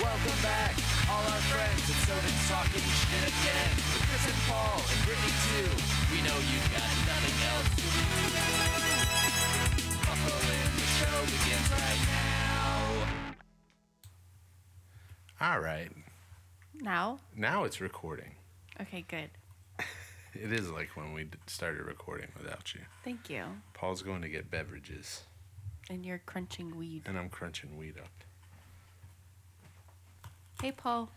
Welcome back, all our friends. It's Odin talking shit again. With Chris and Paul and Brittany too. We know you've got nothing else to do. Buckle in, the show begins right now. All right. Now? Now it's recording. Okay, good. It is like when we d- started recording without you. Thank you. Paul's going to get beverages, And you're crunching weed. and I'm crunching weed up. Hey, Paul.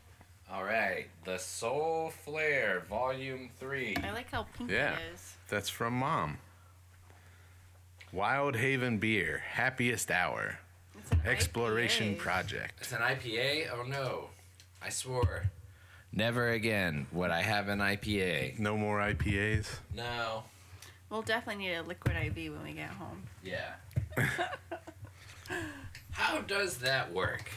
All right, the Soul Flare, Volume Three. I like how pink Yeah. it is. That's from Mom. Wild Haven Beer, Happiest Hour, It's an Exploration IPA. Project. It's an IPA. Oh no, I swore. Never again would I have an IPA. No more IPAs. No. We'll definitely need a liquid IV when we get home. Yeah. How does that work?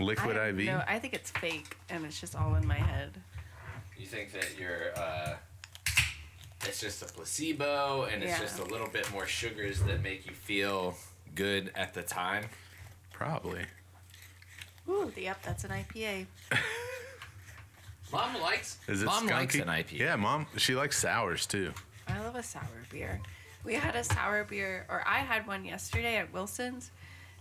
Liquid I IV. No, I think it's fake and it's just all in my head. You think that you're, uh, it's just a placebo and it's Yeah. just a little bit more sugars that make you feel good at the time? Probably. Ooh, yep, that's an IPA. Mom likes, Is it mom skunky? likes an IPA. Yeah, Mom. She likes sours too. I love a sour beer. We had a sour beer, or I had one yesterday at Wilson's,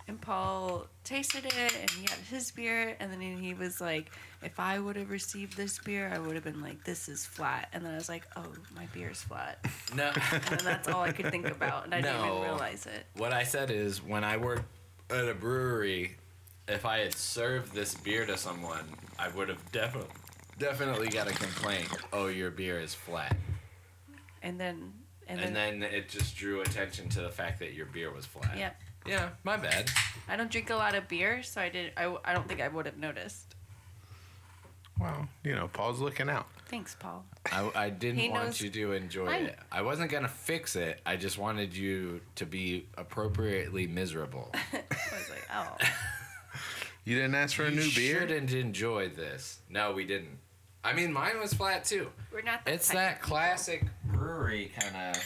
and Paul tasted it, and he had his beer, and then he was like, "If I would have received this beer, I would have been like, this is flat." And then I was like, "Oh, my beer's flat," No, and then that's all I could think about, and I didn't No. even realize it. what I said is when I worked at a brewery, if I had served this beer to someone, I would have definitely, definitely got a complaint. Oh, your beer is flat. And then, and, And then, then it just drew attention to the fact that your beer was flat. yep. Yeah, my bad. I don't drink a lot of beer, so I did. I, I don't think I would have noticed. Well, you know, Paul's looking out. Thanks, Paul. I, I He didn't want knows- you to enjoy I- it. I wasn't gonna fix it. I just wanted you to be appropriately miserable. I was like, "Oh, You didn't ask for a new you beer? shouldn't enjoy this. No, we didn't. I mean, mine was flat too. we're not." That It's type of that people." classic brewery kind of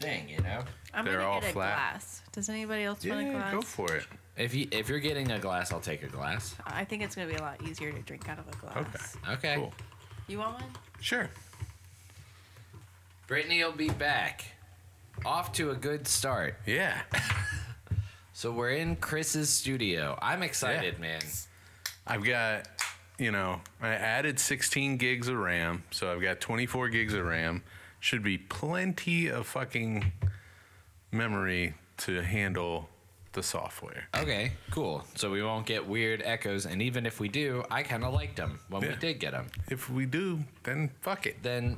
thing, you know. I'm They're gonna all get a flat. glass. Does anybody else want a Yeah, glass? go for it. If you if you're getting a glass, I'll take a glass. I think it's gonna be a lot easier to drink out of a glass. Okay. Okay. Cool. You want one? Sure. Brittany will be back. Off to a good start. Yeah. So we're in Chris's studio. I'm excited, man. I've got, you know, I added 16 gigs of RAM, so I've got 24 gigs of RAM. Should be plenty of fucking memory to handle the software. Okay, cool. So we won't get weird echoes, and even if we do, I kind of liked them when we Yeah. did get them. If we do, then fuck it. Then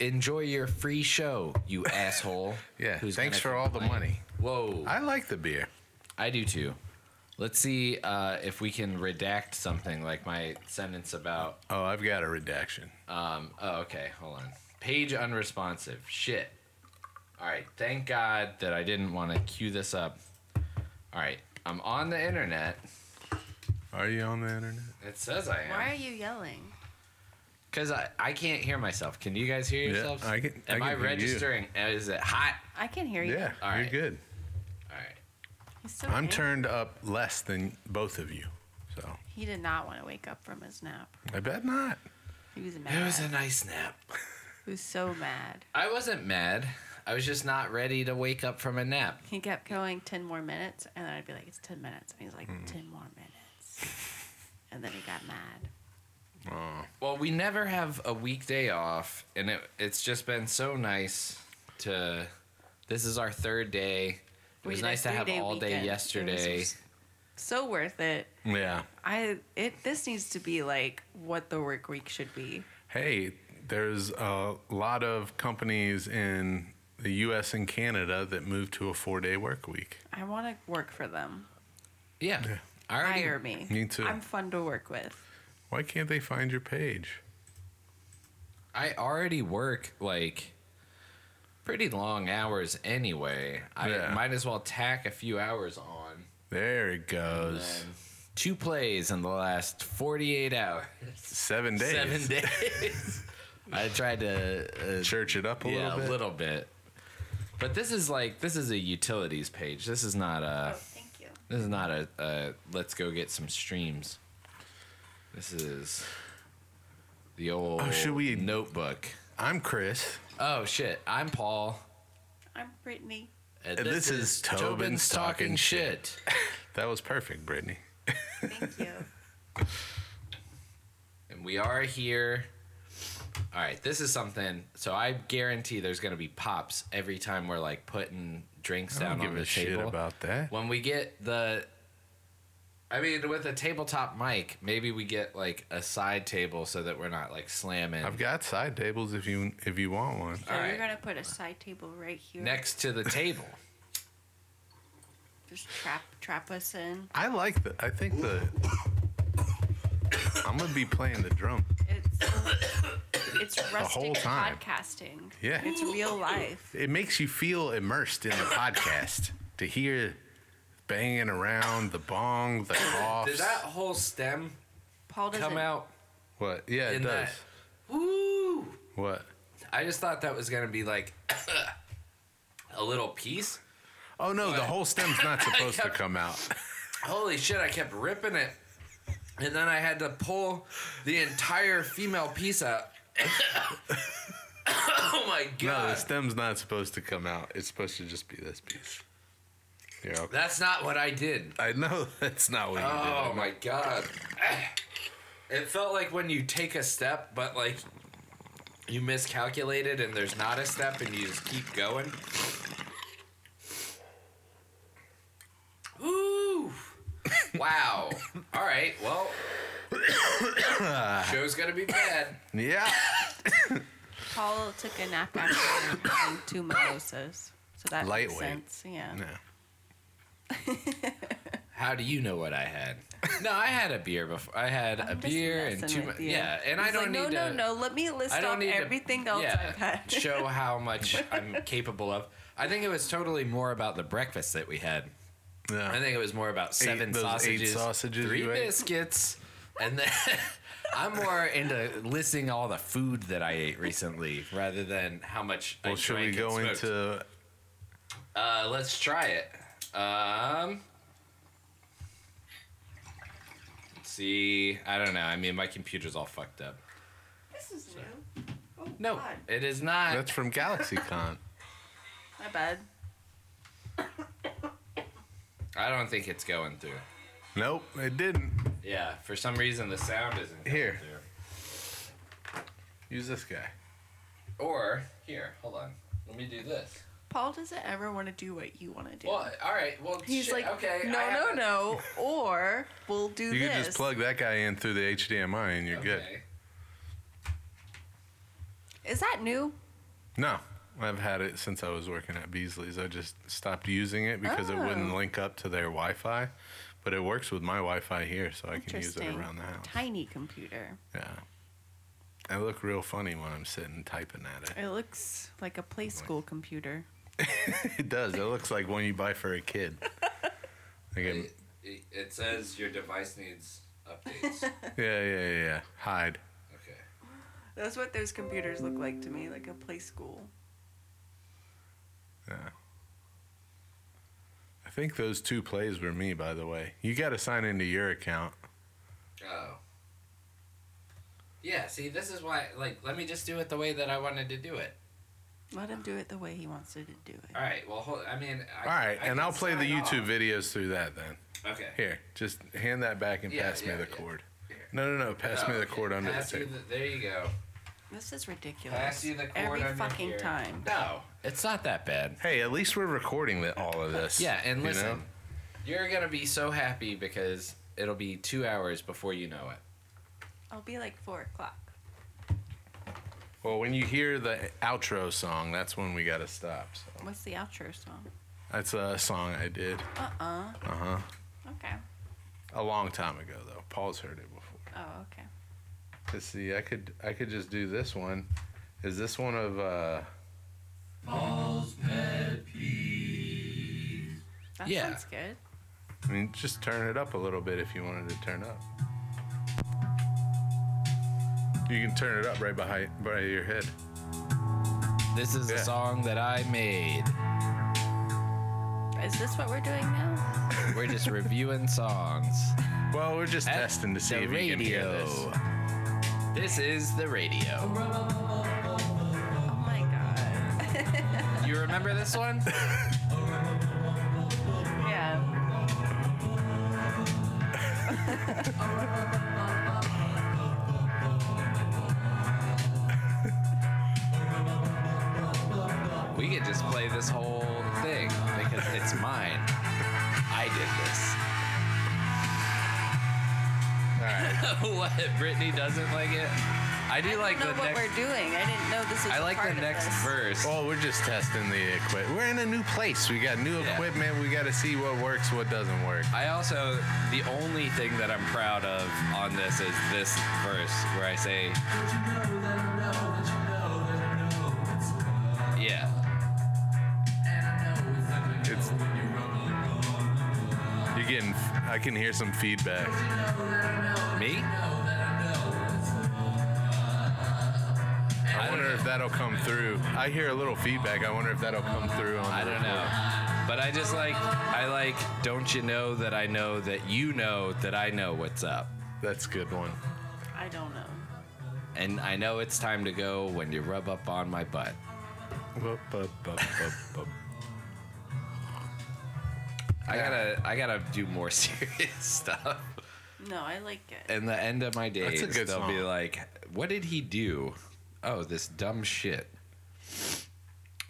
enjoy your free show, you asshole. Yeah. who's thanks gonna for all the complain. money. Whoa, I, I like the beer. do too. Let's see uh, if we can redact something like my sentence about. Oh, I've got a redaction. Um, oh, okay, hold on. Page unresponsive. Shit. All right. Thank God that I didn't want to queue this up. All right. I'm on the internet. Are you on the internet? It says I am. Why are you yelling? Because I, I can't hear myself. Can you guys hear Yeah, yourselves? I can- I Am can I, hear you. registering? Uh, Is it hot? I can hear you. Yeah, All you're right. good. All right. He's so I'm angry. turned up less than both of you. So He did not want to wake up from his nap. I bet not. He was mad. It was a nice nap. he was so mad. I wasn't mad. I was just not ready to wake up from a nap. He kept going ten more minutes, and then I'd be like, "It's ten minutes," and he's like, Hmm. ten more minutes," and then he got mad. Oh, Well, we never have a weekday off, and it, it's just been so nice to. This is our third day. It We was did a nice to have three-day all weekend. day It yesterday. was So worth it. yeah. I it this needs to be like what the work week should be. Hey, there's a lot of companies in the US and Canada that moved to a four day work week. I want to work for them. Yeah. I already- Hire me. Me too. I'm fun to work with. Why can't they find your page? I already work like pretty long hours anyway. I Yeah. might as well tack a few hours on. There it goes. And two plays in the last 48 hours. Seven days. Seven days. I tried to uh, Church it up a yeah, little bit. a little bit. But this is like this is a utilities Uh, page. This is not a Oh, thank you. this is not a, a let's go get some streams. This is the old Oh, should we- notebook. I'm Chris. Oh shit! I'm Paul. I'm Brittany. And, And this is Tobin's Talking shit. That was perfect, Brittany. Thank you. and we are here. All right, this is something. So I guarantee there's gonna be pops every time we're like putting drinks I don't down give on the a shit table. about that. when we get the I mean, with a tabletop mic, maybe we get like a side table so that we're not like slamming I've got side tables if you if you want one. So All you're right. gonna put a side table right here. next to the table. Just trap trap us in. I like the. I think the. I'm gonna be playing the drum. It's it's rustic whole time. podcasting. Yeah. It's real life. It makes you feel immersed in the podcast to hear banging around the bong, the coughs. Did that whole stem Paul doesn't. come out? What? Yeah, it in does. that- Woo! What? I just thought that was gonna be like a little piece. Oh no, the What? whole stem's not supposed to come out. Holy shit, I kept ripping it. And then I had to pull the entire female piece out. oh my No, the god. stem's not supposed to come out. It's supposed to just be this piece. Yeah. That's not what I did. I know that's not what you Oh did. my god. It felt like when you take a step, but like you miscalculated and there's not a step and you just keep going. Ooh. Wow. All right. Well, show's gonna be bad. Yeah. Paul took a nap after having two mimosas. So that Lightweight. makes sense. Yeah. No. How do you know what I had? No, I had a beer before. I had a I'm just beer and messing two. with mi- you. Yeah, and I He's like, don't need no, to. No, no, Let me list I don't off need to- everything else yeah, I've had. show how much I'm capable of. I think it was totally more about the breakfast that we had. No. I think it was more about seven those eight sausages, sausages three you ate? biscuits, and then I'm more into listing all the food that I ate recently rather than how much. I well, should we drank and go smoked. into Uh, let's try it. Um, let's see, I don't know. I mean, my computer's all fucked up. This is new. Oh, No, God. it is not. That's from GalaxyCon. My bad. I don't think it's going through. nope, it didn't. Yeah, for some reason the sound isn't going Here. through. Use this guy. Or here, hold on. Let me do this. Paul doesn't ever want to do what you want to do. Well, all right. Well, He's shit, like, okay. no, I have no, to- no, or we'll do You this. could just plug that guy in through the HDMI and you're good. Okay. Is that new? No, I've had it since I was working at Beasley's. I just stopped using it because it wouldn't Oh. link up to their Wi-Fi, but it works with my Wi-Fi here, so I can use it Interesting. around the house. Tiny computer. Yeah, I look real funny when I'm sitting typing at it. It looks like a play school computer. It does. It looks like one you buy for a kid. Like a- It, it, it says your device needs updates. yeah, yeah, yeah, yeah. Hide. okay. That's what those computers look like to me, like a play school. Yeah. I think those two plays were me, by the way. You got to sign into your account. Oh. Yeah, see, this is why, like, let me just do it the way that I wanted to do it. Let him do it the way he wants to do it. All right, well, hold, I mean, I, All right, I and can I'll play the sign YouTube off. videos through that then. Okay. Here, just hand that back and Yeah, pass yeah, me the yeah. cord. Here. No, no, no. Pass me Oh, the okay, cord under the pass you table. the- There you go. This is ridiculous. Pass you the cord Every under fucking here. time. No, it's not that bad. Hey, at least we're recording the, all of this. Yeah, and you know? listen, you're gonna be so happy because it'll be two hours before you know it. I'll be like four o'clock. Well, when you hear the outro song, that's when we gotta stop. So What's the outro song? that's a song I did Uh uh Uh-huh. Okay. a long time ago, though. Paul's heard it before. Oh, okay. Let's see. I could I could just do this one. Is this one of uh? That Yeah. sounds good. I mean, just turn it up a little bit if you wanted to turn up. You can turn it up right behind by your head. This is Yeah. a song that I made. Is this what we're doing now? We're just reviewing songs. Well, we're just At testing to see the if you can hear this. radio. This is the radio. Oh my god. You remember this one? Yeah. We could just play this whole thing because it's mine. I did All right. this. what? Brittany doesn't like it? I do I like don't know the what next. we're doing. I didn't know this was. I a like part the of next this. verse. Well, we're just testing the equipment. We're in a new place. We got new Yeah. equipment. We got to see what works, what doesn't work. I also the only thing that I'm proud of on this is this verse where I say Yeah. It's you're getting. I can hear some feedback. Me? I wonder if that'll come through. I hear a little feedback. I wonder if that'll come through on. The I don't know. But I just like I like don't you know that I know that you know that I know what's up. That's a good one. I don't know. And I know it's time to go when you rub up on my butt. Bup, bup, bup, bup, bup. I gotta I gotta do more serious stuff. No, I like it. In the end of my days, That's a good they'll be song. like, "What did he do? Oh, this dumb shit."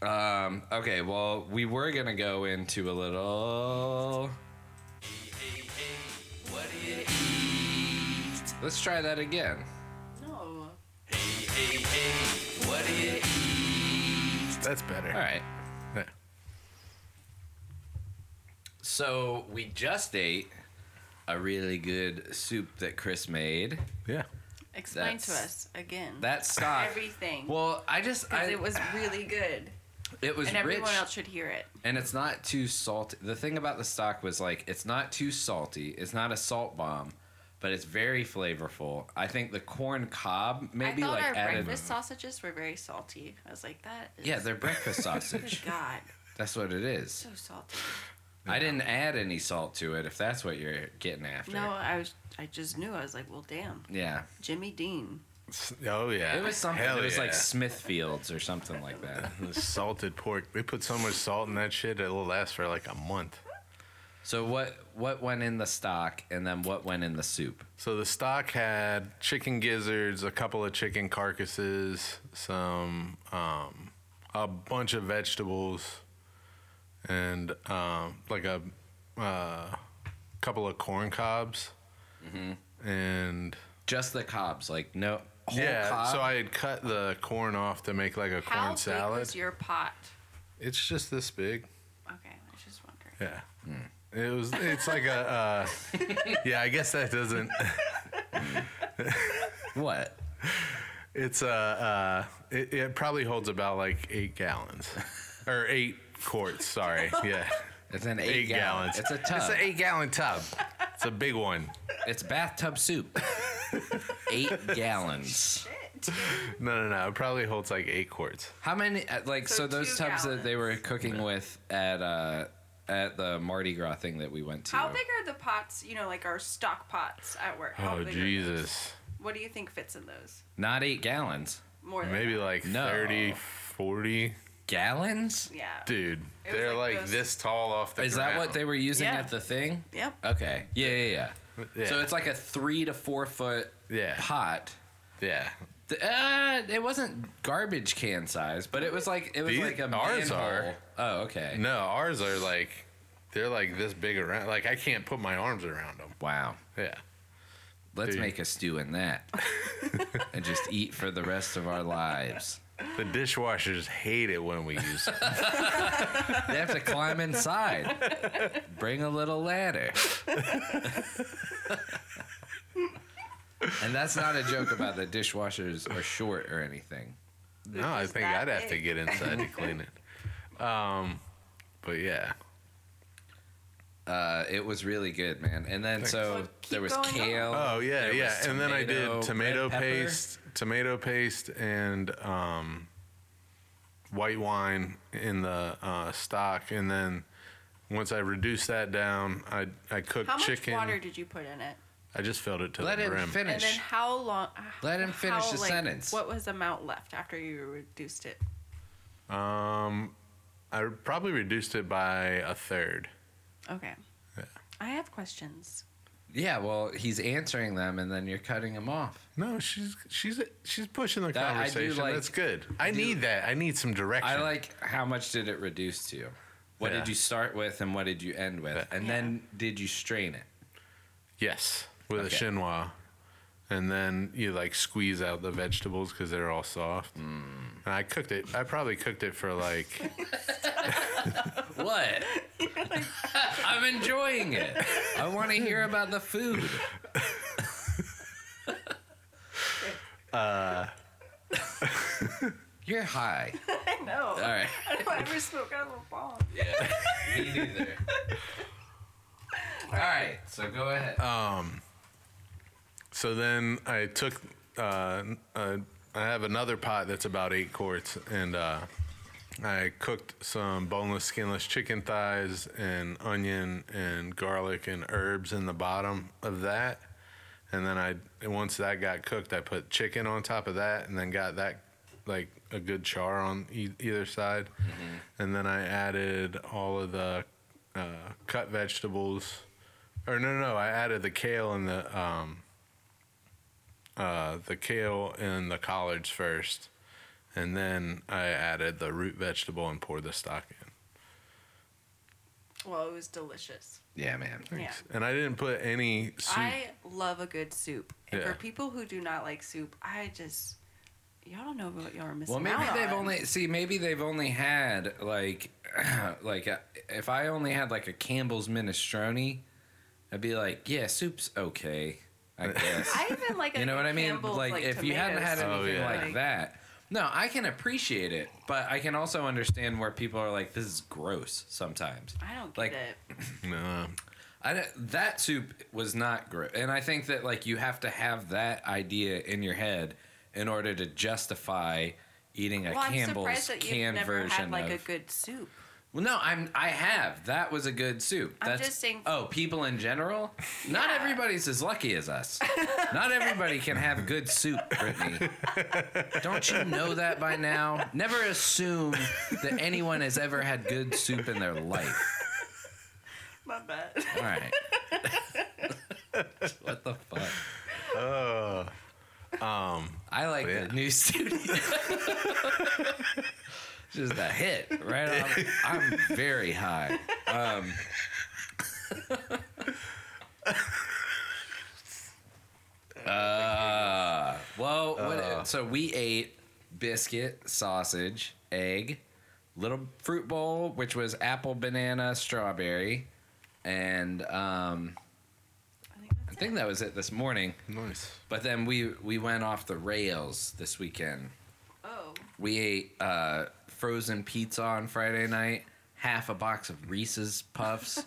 Um. Okay. Well, we were gonna go into a little. Let's try that again. No. That's better. All right. Yeah. So we just ate a really good soup that Chris made. Yeah. Explain to That's- us again. That stock. Everything. Well, I just I, Because it was really good, it was and everyone rich. else should hear it. and it's not too salty. The thing about the stock was like it's not too salty. It's not a salt bomb, but it's very flavorful. I think the corn cob maybe I thought like our added. breakfast sausages were very salty. I was like, that is. Yeah, they're breakfast Good sausage. God, That's what it is. so salty. I didn't add any salt to it. If that's what you're getting after. No, I was. I just knew. I was like, well, damn, Yeah, Jimmy Dean. S- Oh yeah. it was something. Hell it was like yeah. Smithfields or something like that. The salted pork. They put so much salt in that shit it'll last for like a month. So what what went in the stock and then what went in the soup? So the stock had chicken gizzards, a couple of chicken carcasses, some um, a bunch of vegetables, and um, like a uh, couple of corn cobs, and Just the cobs, like no whole yeah. cob. So I had cut the corn off to make like a How corn big salad. was your pot? it's just this big. Okay, I was just wondering. Yeah. It was. It's like a. Uh, yeah, I guess that doesn't. what? It's uh, uh it, it probably holds about like eight gallons, or eight quarts. Sorry, yeah, It's an eight, eight, gallon. gallons. It's a tub. It's an eight gallon tub. It's a big one. It's bathtub soup. Eight gallons. No, no, no. It probably holds like eight quarts. How many? uh, Like so, So those two tubs that they were gallons. cooking with at uh, at the Mardi Gras thing that we went to. How big are the pots? You know, like our stock pots at work. How Oh big are those? Jesus! What do you think fits in those? Not eight gallons. More than Maybe like No. thirty, forty. 30, 40. Gallons? that. yeah. Dude, It was they're like like, this. this tall off the Is that what they ground. were using Yeah. at the thing? Yep. uh, Okay. Yeah, yeah, yeah. Yeah. So it's like a three to four foot Yeah. pot. Yeah. The- uh, it wasn't garbage can size, but it was like it was These- like a ours are. manhole. Oh, okay. No, ours are like, they're like this big around. Like I can't put my arms around them. Wow. Yeah. Let's Dude. make a stew in that and just eat for the rest of our lives. The dishwashers hate it when we use them. They have to climb inside. Bring a little ladder. and that's not a joke about the dishwashers are short or anything. No, I just think that I'd have to big. get inside to clean it. Um, but yeah, Uh, it was really good, man. And then so Well, keep there was going on. kale. Oh yeah, there yeah. was and then I did tomato, tomato red pepper. paste, tomato paste, and um, white wine in the uh, stock, and then Once I reduce that down, I I cook How much chicken. water did you put in it? I just filled it to Let the him brim. And finish. then how long? Let him finish how, the like, sentence. What was the amount left after you reduced it? um, I probably reduced it by a third. Okay. I have questions. yeah, well, he's answering them, and then you're cutting him off. No, she's she's she's pushing the That- I do conversation. like- That's good. I need that. I need some direction. I like how much did it reduce to? What Yeah. did you start with, and what did you end with? And then did you strain it? yes with Okay. a chinois, and then you like squeeze out the vegetables because they're all soft. Mm. And I cooked it. I probably cooked it for like What? I'm enjoying it. I want to hear about the food. Uh. You're high. I know. All right. I don't ever smoke out of a bomb. Me neither. All right. So go ahead. So then I took. Uh, uh, I have another pot that's about eight quarts, and uh, I cooked some boneless, skinless chicken thighs and onion and garlic and herbs in the bottom of that. And then I, and once that got cooked, I put chicken on top of that, and then got that like a good char on e- either side. And then I added all of the uh, cut vegetables, or no, no, no, I added the kale and the um, uh, the kale and the collards first, and then I added the root vegetable and poured the stock in. Well, it was delicious. yeah, man. Yeah. And I didn't put any soup. I love a good soup. And Yeah. for people who do not like soup, I just y'all don't know what y'all are missing Well, maybe out they've on. only see. Maybe they've only had like, like a, if I only had like a Campbell's minestrone, I'd be like, yeah, soup's okay, I guess. I even like a you know what I mean? Campbell's, like, if you hadn't had tomato Oh, anything yeah. like that, no, I can appreciate it, but I can also understand where people are like, this is gross sometimes. soup. I don't get like, it. no. I don't- that soup was not gross, and I think that like you have to have that idea in your head in order to justify eating a Well, I'm Campbell's surprised that you've canned never version had like of. a good soup. well, no, I'm I have that was a good soup. I'm That's, just saying- Oh, people in general, not Yeah. everybody's as lucky as us. not everybody can have good soup, Brittany. Don't you know that by now? Never assume that anyone has ever had good soup in their life. My bad. All right. what the fuck? um, I like yeah. the new studio. Just a hit, right? On, I'm very high. Um, uh, well, what, so we ate biscuit, sausage, egg, little fruit bowl, which was apple, banana, strawberry, and um, I think I that's think that was it this morning. Nice. But then we we went off the rails this weekend. it. Oh, We ate uh, frozen pizza on Friday night, half a box of Reese's Puffs,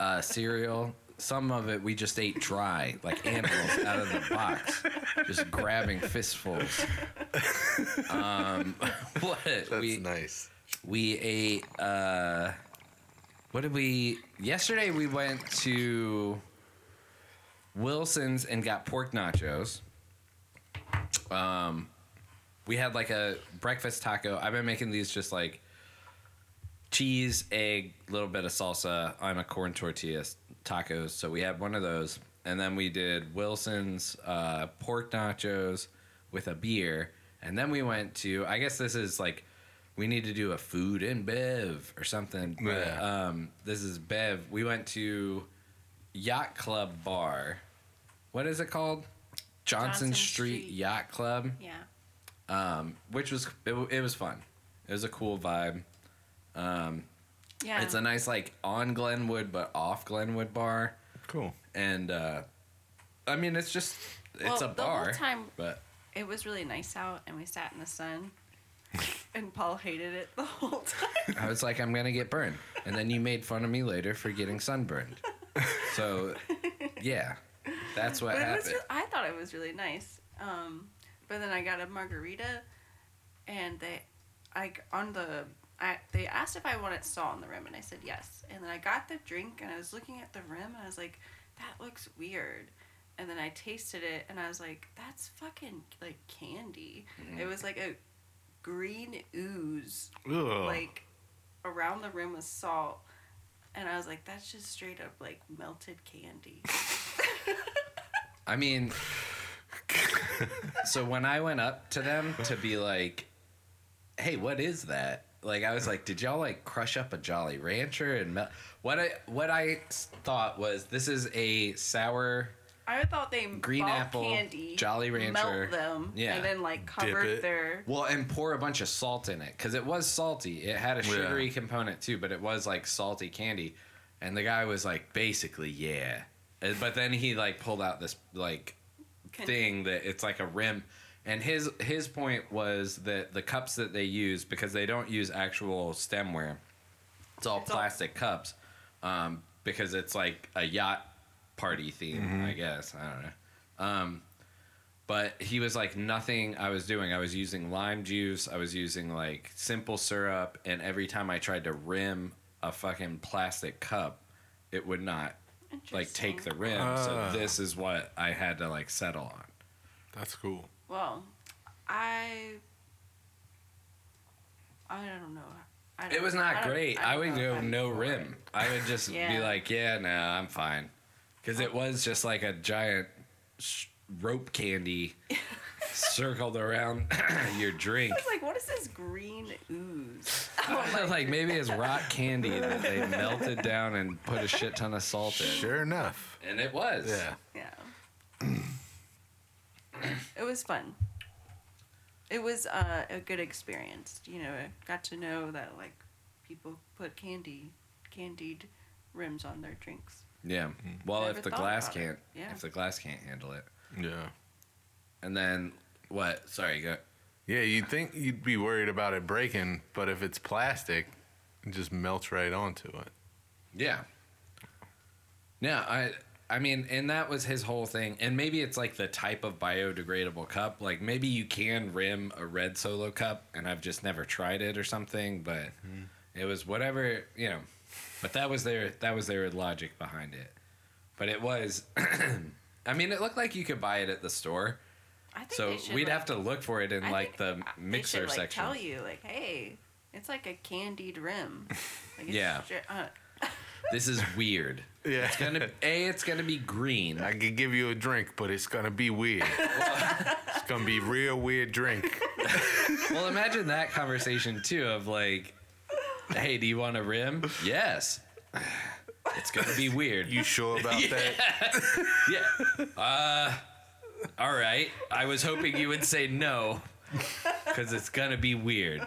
uh, cereal. Some of it we just ate dry, like animals out of the box, just grabbing fistfuls. Um, what we nice. we ate. Uh, what did we? Yesterday we went to Wilson's and got pork nachos. Um, we had like a breakfast taco. I've been making these just like cheese, egg, little bit of salsa on a corn tortilla s- tacos. So we had one of those, and then we did Wilson's uh, pork nachos with a beer, and then we went to. I guess this is like we need to do a food and bev or something. But, Yeah. um, this is bev. We went to Yacht Club Bar. What is it called? Johnson, Johnson Street, Street. Yacht Club yeah. um, which was it, w- it was fun. It was a cool vibe. Yeah. It's a nice like on Glenwood but off Glenwood bar, Cool. and uh, I mean it's just it's Well, a the whole bar. time- but It was really nice out, and we sat in the sun. and Paul hated it the whole time. I was like, I'm gonna get burned, and then you made fun of me later for getting sunburned. so yeah, that's what But it happened. was, re- I thought it was really nice. Um, but then I got a margarita, and they, like on the I, they asked if I wanted salt on the rim, and I said yes. And then I got the drink, and I was looking at the rim, and I was like, that looks weird. And then I tasted it, and I was like, that's fucking like candy. It was like a green ooze, Ugh. like around the rim with salt. And I was like, that's just straight up like melted candy. I mean, so when I went up to them to be like, "Hey, what is that?" Like I was like, "Did y'all like crush up a Jolly Rancher and mel-? what I what I s- thought was this is a sour I thought they Green bought apple, candy, Jolly Rancher. melt them, Yeah. and then like covered it. their well and pour a bunch of salt in it cuz it was salty. It had a Yeah. sugary component too, but it was like salty candy." And the guy was like, "Basically, yeah." And- But then he like pulled out this like con- thing that it's like a rim and his his point was that the cups that they use because they don't use actual stemware it's all It's all- plastic cups um, because it's like a yacht party theme i guess i don't know um, but he was like nothing i was doing i was using lime juice i was using like simple syrup and every time i tried to rim a fucking plastic cup it would not like take the Interesting. rim. Ah. so this is what I had to like settle on. That's cool. Well, I I don't know. I don't, It was I not don't- great. I, don't would know if go I'm no for rim. it. I would just be Yeah. like, yeah, no, I'm fine, because it was just like a giant sh- rope candy circled around your drink. I was like, what is this green ooze? like maybe it's rock candy that they melted down and put a shit ton of salt in. Sure enough. And it was. Yeah. Yeah. it was fun. It was uh, a good experience. You know, I got to know that like people put candy, candied rims on their drinks. Yeah. Well, Hmm. Never if the thought glass about it. can't, Yeah. if the glass can't handle it, Yeah. and then what? Sorry, go. Yeah, you'd think you'd be worried about it breaking, but if it's plastic, it just melts right onto it. Yeah. Yeah, I I mean, and that was his whole thing. And maybe it's like the type of biodegradable cup. Like maybe you can rim a red solo cup and I've just never tried it or something, but it was whatever, you know. But that was their that was their logic behind it. But it was I mean, it looked like you could buy it at the store. I think So they should, we'd like, have to look for it in I think like the I- they mixer should, like, section. Tell you like, hey, it's like a candied rim. Like, it's Yeah. stra- uh, This is weird. Yeah. It's gonna A, it's gonna be green. I could give you a drink, but it's gonna be weird. it's gonna be real weird drink. Well, imagine that conversation too of like, hey, do you want a rim? Yes. It's gonna be weird. You sure about that? yeah. Uh, all right. I was hoping you would say no, because it's gonna be weird.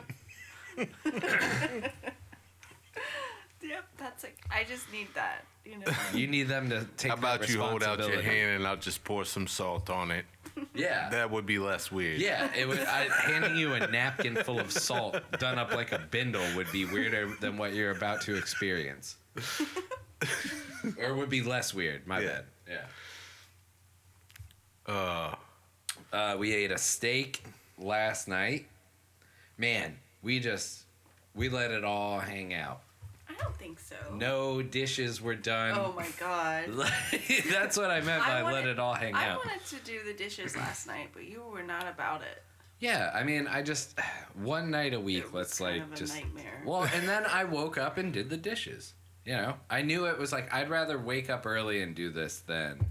yep, that's like I just need that. You know, You need them to take. How about that you hold out your responsibility. hand and I'll just pour some salt on it? Yeah. That would be less weird. yeah, it would. I, handing you a napkin full of salt done up like a bindle would be weirder than what you're about to experience, or would be less weird. My Yeah. bad. Yeah. Uh, Uh, we ate a steak last night. Man, we just we let it all hang out. I don't think so. No dishes were done. Oh my god. That's what I meant by I let wanted- it all hang I out. wanted to do the dishes last night, but you were not about it. Yeah, I mean, I just one night a week. It was let's kind like of a just nightmare. well, and then I woke up and did the dishes. You know, I knew it was like I'd rather wake up early and do this than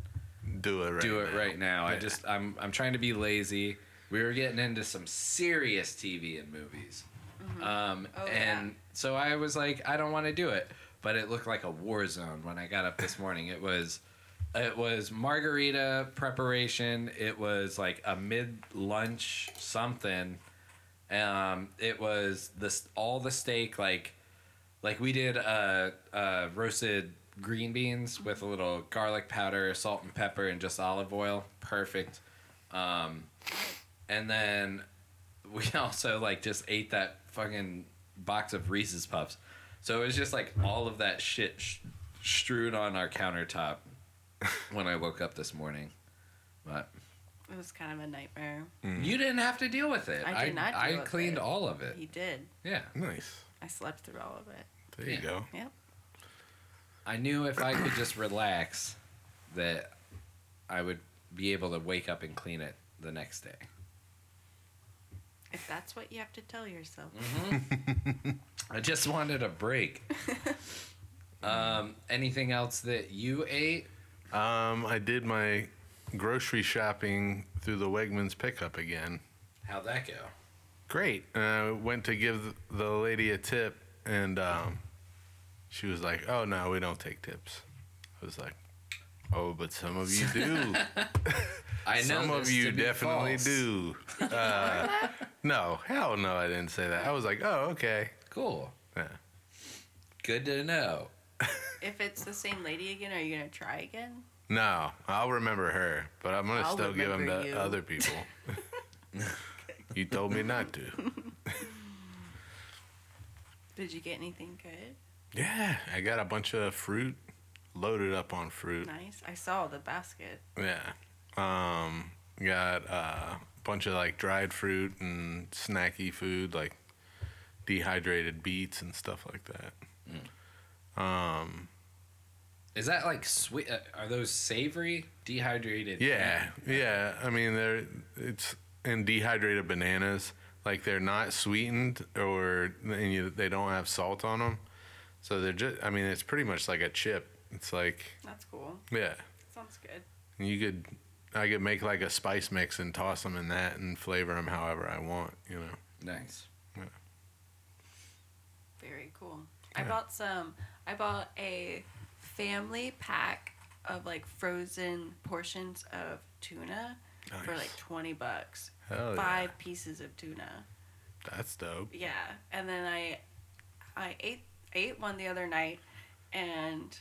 do it right. do it now. right now. I Yeah. just I'm I'm trying to be lazy. We were getting into some serious TV and movies, um, Oh, and yeah. so I was like, I don't want to do it. But it looked like a war zone when I got up this morning. It was, it was margarita preparation. It was like a mid lunch something. Um, it was this all the steak like like we did uh, uh, roasted green beans Mm-hmm. with a little garlic powder, salt and pepper, and just olive oil. Perfect. Um, and then we also like just ate that fucking box of Reese's Puffs. So it was just like all of that shit sh- strewed on our countertop when I woke up this morning. But It was kind of a nightmare. Mm. you didn't have to deal with it. I did not I deal with cleaned it. all of it. He did. Yeah. Nice. I slept through all of it. There you Yeah. go. Yep. I knew if I could just relax, that I would be able to wake up and clean it the next day. If that's what you have to tell yourself. Mm-hmm. I just wanted a break. um, anything else that you ate? Um, I did my grocery shopping through the Wegmans pickup again. How'd that go? Great. And I went to give the lady a tip, and um, she was like, "Oh no, we don't take tips." I was like, "Oh, but some of you do. I know some of this you to be definitely false. do." Uh, no, hell no, I didn't say that. I was like, "Oh, okay." Cool. Yeah. Good to know. If it's the same lady again, are you gonna try again? No, I'll remember her, but I'm gonna I'll still give them remember to you. other people. you told me not to. Did you get anything good? Yeah, I got a bunch of fruit, loaded up on fruit. Nice. I saw the basket. Yeah. Um, got uh, a bunch of like dried fruit and snacky food, like dehydrated beets and stuff like that. Um, Is that like sweet? Uh, are those savory, dehydrated? yeah, yeah. I mean, they're it's and dehydrated bananas. Like they're not sweetened or and you, they don't have salt on them, so they're just. I mean, it's pretty much like a chip. It's like That's cool. yeah. Sounds good. And You could, I could make like a spice mix and toss them in that and flavor them however I want. You know. Nice. Very cool. I bought some. I bought a family pack of like frozen portions of tuna for like twenty bucks. Hell Five pieces of tuna. yeah, that's dope. Yeah, and then I, I ate I ate one the other night, and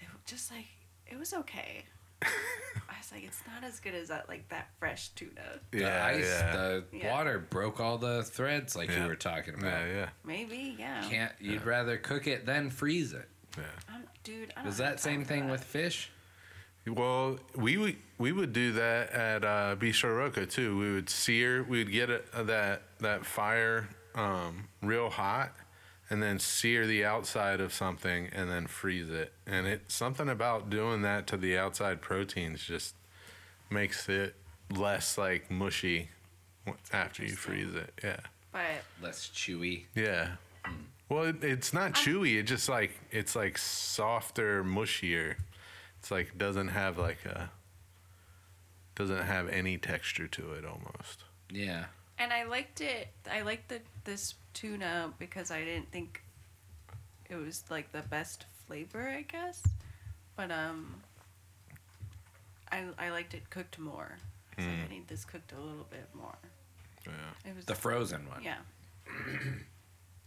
it was just like it was okay. I was like, it's not as good as that like that fresh tuna. The Yeah, ice, yeah. the Yeah. water broke all the threads, like Yeah. you were talking about. yeah, yeah, Maybe yeah. Can't you'd rather cook it than freeze it? yeah. I'm, dude, Oh, I don't Is have that same time for thing that. with fish? Well, we would we would do that at uh, Bistro Roca too. We would sear, we would get a, that that fire um, real hot, and then sear the outside of something and then freeze it. And it something about doing that to the outside proteins just makes it less like mushy w- after you freeze it. Yeah. But Less chewy. Yeah. Well, it, it's not chewy. It just like it's like softer, mushier. It's like doesn't have like a doesn't have any texture to it almost. Yeah. and I liked it. I liked the this tuna because I didn't think it was like the best flavor, I guess. But um, I I liked it cooked more. I was like, I need this cooked a little bit more. Yeah. It was Hmm. The frozen one. yeah.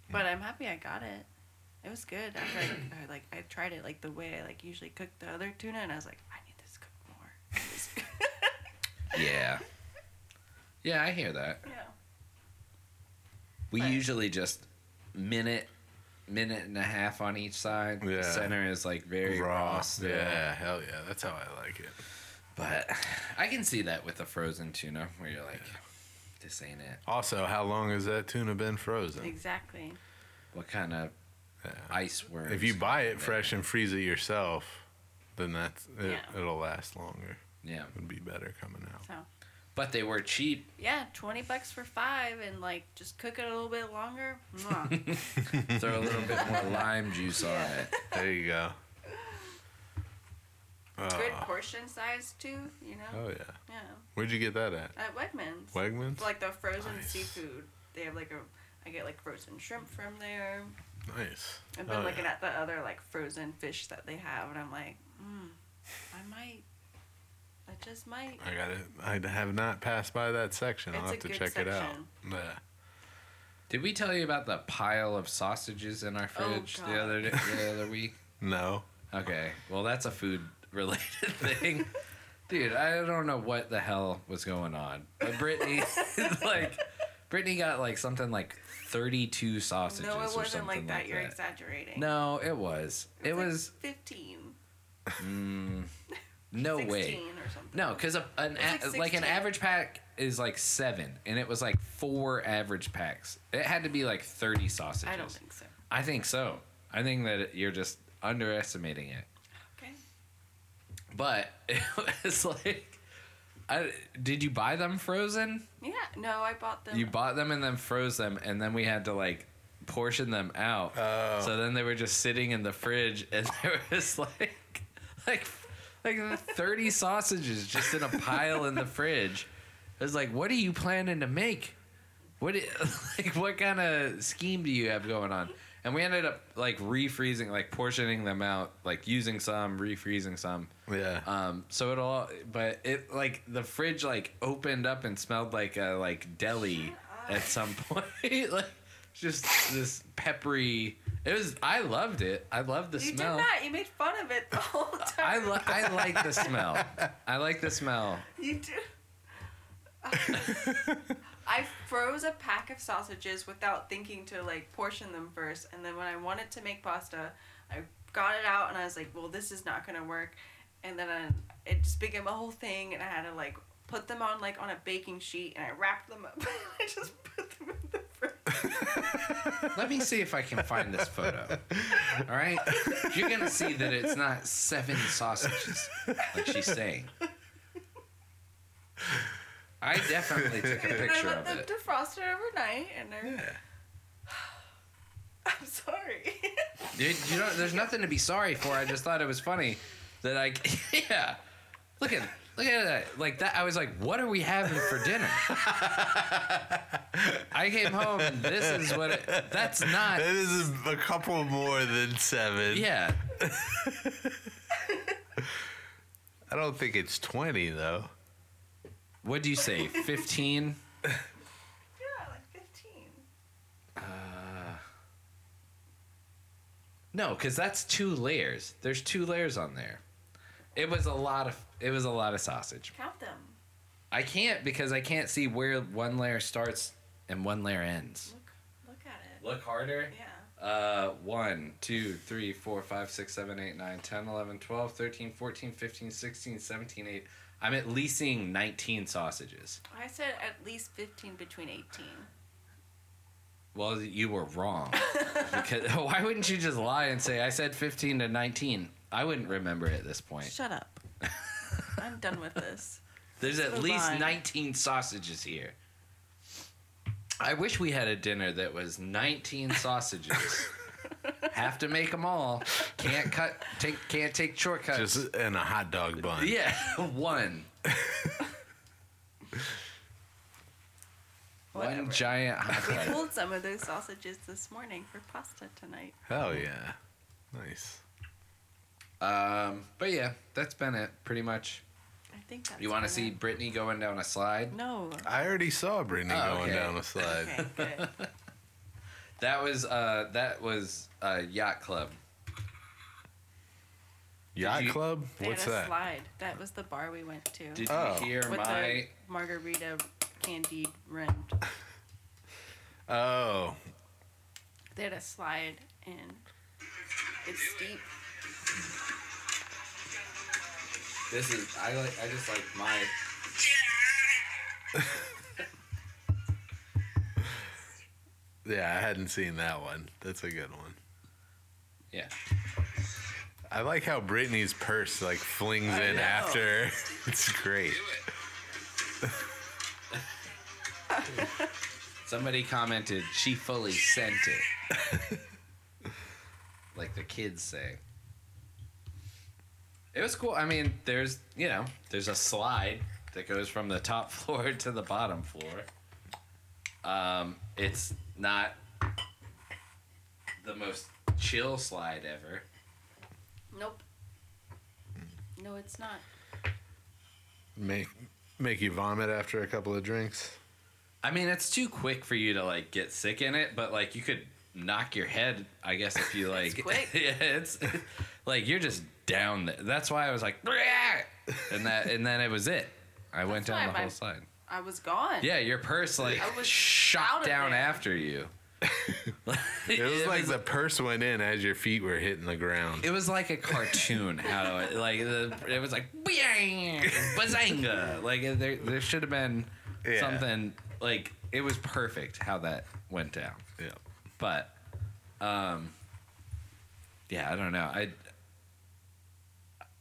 but I'm happy I got it. It was good. I was like, I like I tried it like the way I like usually cook the other tuna, and I was like, I need this cooked more. It was- Yeah. Yeah, I hear that. yeah. We But- usually just minute, minute and a half on each side. Yeah. The center is like very raw. still. Yeah. Hell yeah. That's how I like it. But I can see that with the frozen tuna where you're like, this ain't it. Also, how long has that tuna been frozen? Exactly. What kind of ice worms? If you buy it fresh and freeze it yourself, then that's it, Yeah. it'll last longer. Yeah. Would be better coming out. So. But they were cheap. Yeah, twenty bucks for five, and like just cook it a little bit longer. Mwah. Throw a little bit more lime juice on it. There you go. Good portion size too, you know. Oh yeah. Yeah, Where'd you get that at? at Wegmans, Wegmans. It's like the frozen Nice. seafood. They have like a, I get like frozen shrimp from there. Nice. I've been Oh, looking yeah. at the other like frozen fish that they have, and I'm like, mm, I might, I just might. I got it. I have not passed by that section. I'll It's a have to good check it out. section. Yeah. Did we tell you about the pile of sausages in our Oh, fridge God. the other day, the other week? No. Okay. Well, that's a food related thing. Dude, I don't know what the hell was going on. But Brittany, like, Brittany got like something like 32 sausages. No, it or wasn't something like that. You're that. exaggerating. No, it was. It like was. fifteen. Mm, No 16 way. or something. No, because an It's a, like like an 16. average pack is like seven, and it was like four average packs. It had to be like thirty sausages. I don't think so. I think so. I think that it- you're just underestimating it. Okay. But it was like, I, did you buy them frozen? Yeah. No, I bought them. You bought them and then froze them, and then we had to like portion them out. Oh. So then they were just sitting in the fridge, and there was like, like, like thirty sausages just in a pile in the fridge. I was like, "What are you planning to make? What, i- like, what kind of scheme do you have going on?" And we ended up like refreezing, like portioning them out, like using some, refreezing some. Yeah. Um, so it all, but it like the fridge like opened up and smelled like a like deli at some point, like just this peppery. It was. I loved it. I loved the You did smell. not. You made fun of it the whole time. I li- I like the smell. I like the smell. You do. I froze a pack of sausages without thinking to like portion them first, and then when I wanted to make pasta, I got it out and I was like, "Well, this is not gonna work," and then I, it just became a whole thing, and I had to like put them on like on a baking sheet, and I wrapped them up, and I just put them in the fridge. Let me see if I can find this photo. All right, you're gonna see that it's not seven sausages, like she's saying. I definitely took a And I picture let of them it. defrost it overnight, and they're. I'm sorry. Dude, you know, there's nothing to be sorry for. I just thought it was funny that I, yeah. Look at, look at that. Like that, I was like, what are we having for dinner? I came home. This is what. It, that's not. That is a, a couple more than seven. Yeah. I don't think it's 20, though. What do you say? Fifteen. yeah, like 15. Uh, No, because that's two layers. There's two layers on there. It was a lot of. It was a lot of sausage. Count them. I can't because I can't see where one layer starts and one layer ends. Look, look at it. Look harder. Yeah. Uh, 1, 2, 3, 4, 5, 6, 7, 8, 9, 10, 11, 12, 13, 14, 15, 16, 17, 8. I'm at least seeing 19 sausages. I said at least 15 between 18. Well, you were wrong. because why wouldn't you just lie and say I said 15 to 19? I wouldn't remember at this point. Shut up. I'm done with this. There's at Move least on. 19 sausages here. I wish we had a dinner that was 19 sausages. Have to make them all. Can't cut. Take. Can't take shortcuts. Just in a hot dog bun. Yeah, one. Whatever. one giant We hot dog. pulled some of those sausages this morning for pasta tonight. Hell yeah. Nice. Um, but yeah, that's been it pretty much. I think that's You want to gonna- see Brittany going down a slide? No. I already saw Brittany Oh, going okay. down the slide. Okay, good. That was uh, that was uh, yacht club. Yacht Did you- Club? They What's had a that? slide. That was the bar we went to. Did Oh. you hear with my? the margarita candied rimmed. Oh. They had a slide and it's steep. This is I like I just like my Yeah, I hadn't seen that one. That's a good one. Yeah. I like how Brittany's purse like flings in know. after. It's great. Somebody commented she fully sent it. like the kids say. It was cool. I mean, there's, you know, there's a slide that goes from the top floor to the bottom floor. Um, it's not the most chill slide ever. Nope. No, it's not. Make make you vomit after a couple of drinks. I mean, it's too quick for you to like get sick in it, but like you could knock your head, I guess, if you like. quick. yeah, it's like you're just down. There. That's why I was like, "Rah!" and that, and then it was it. I went That's why down the my- whole slide. I was gone. Yeah, your purse like I was out shot of down there. after you. It was like the purse went in as your feet were hitting the ground. It was like a cartoon. How it, like the, it was like "Bang, bazanga. Like there, there should have been Yeah. something. Like it was perfect how that went down. Yeah. But, um, yeah, I don't know. I,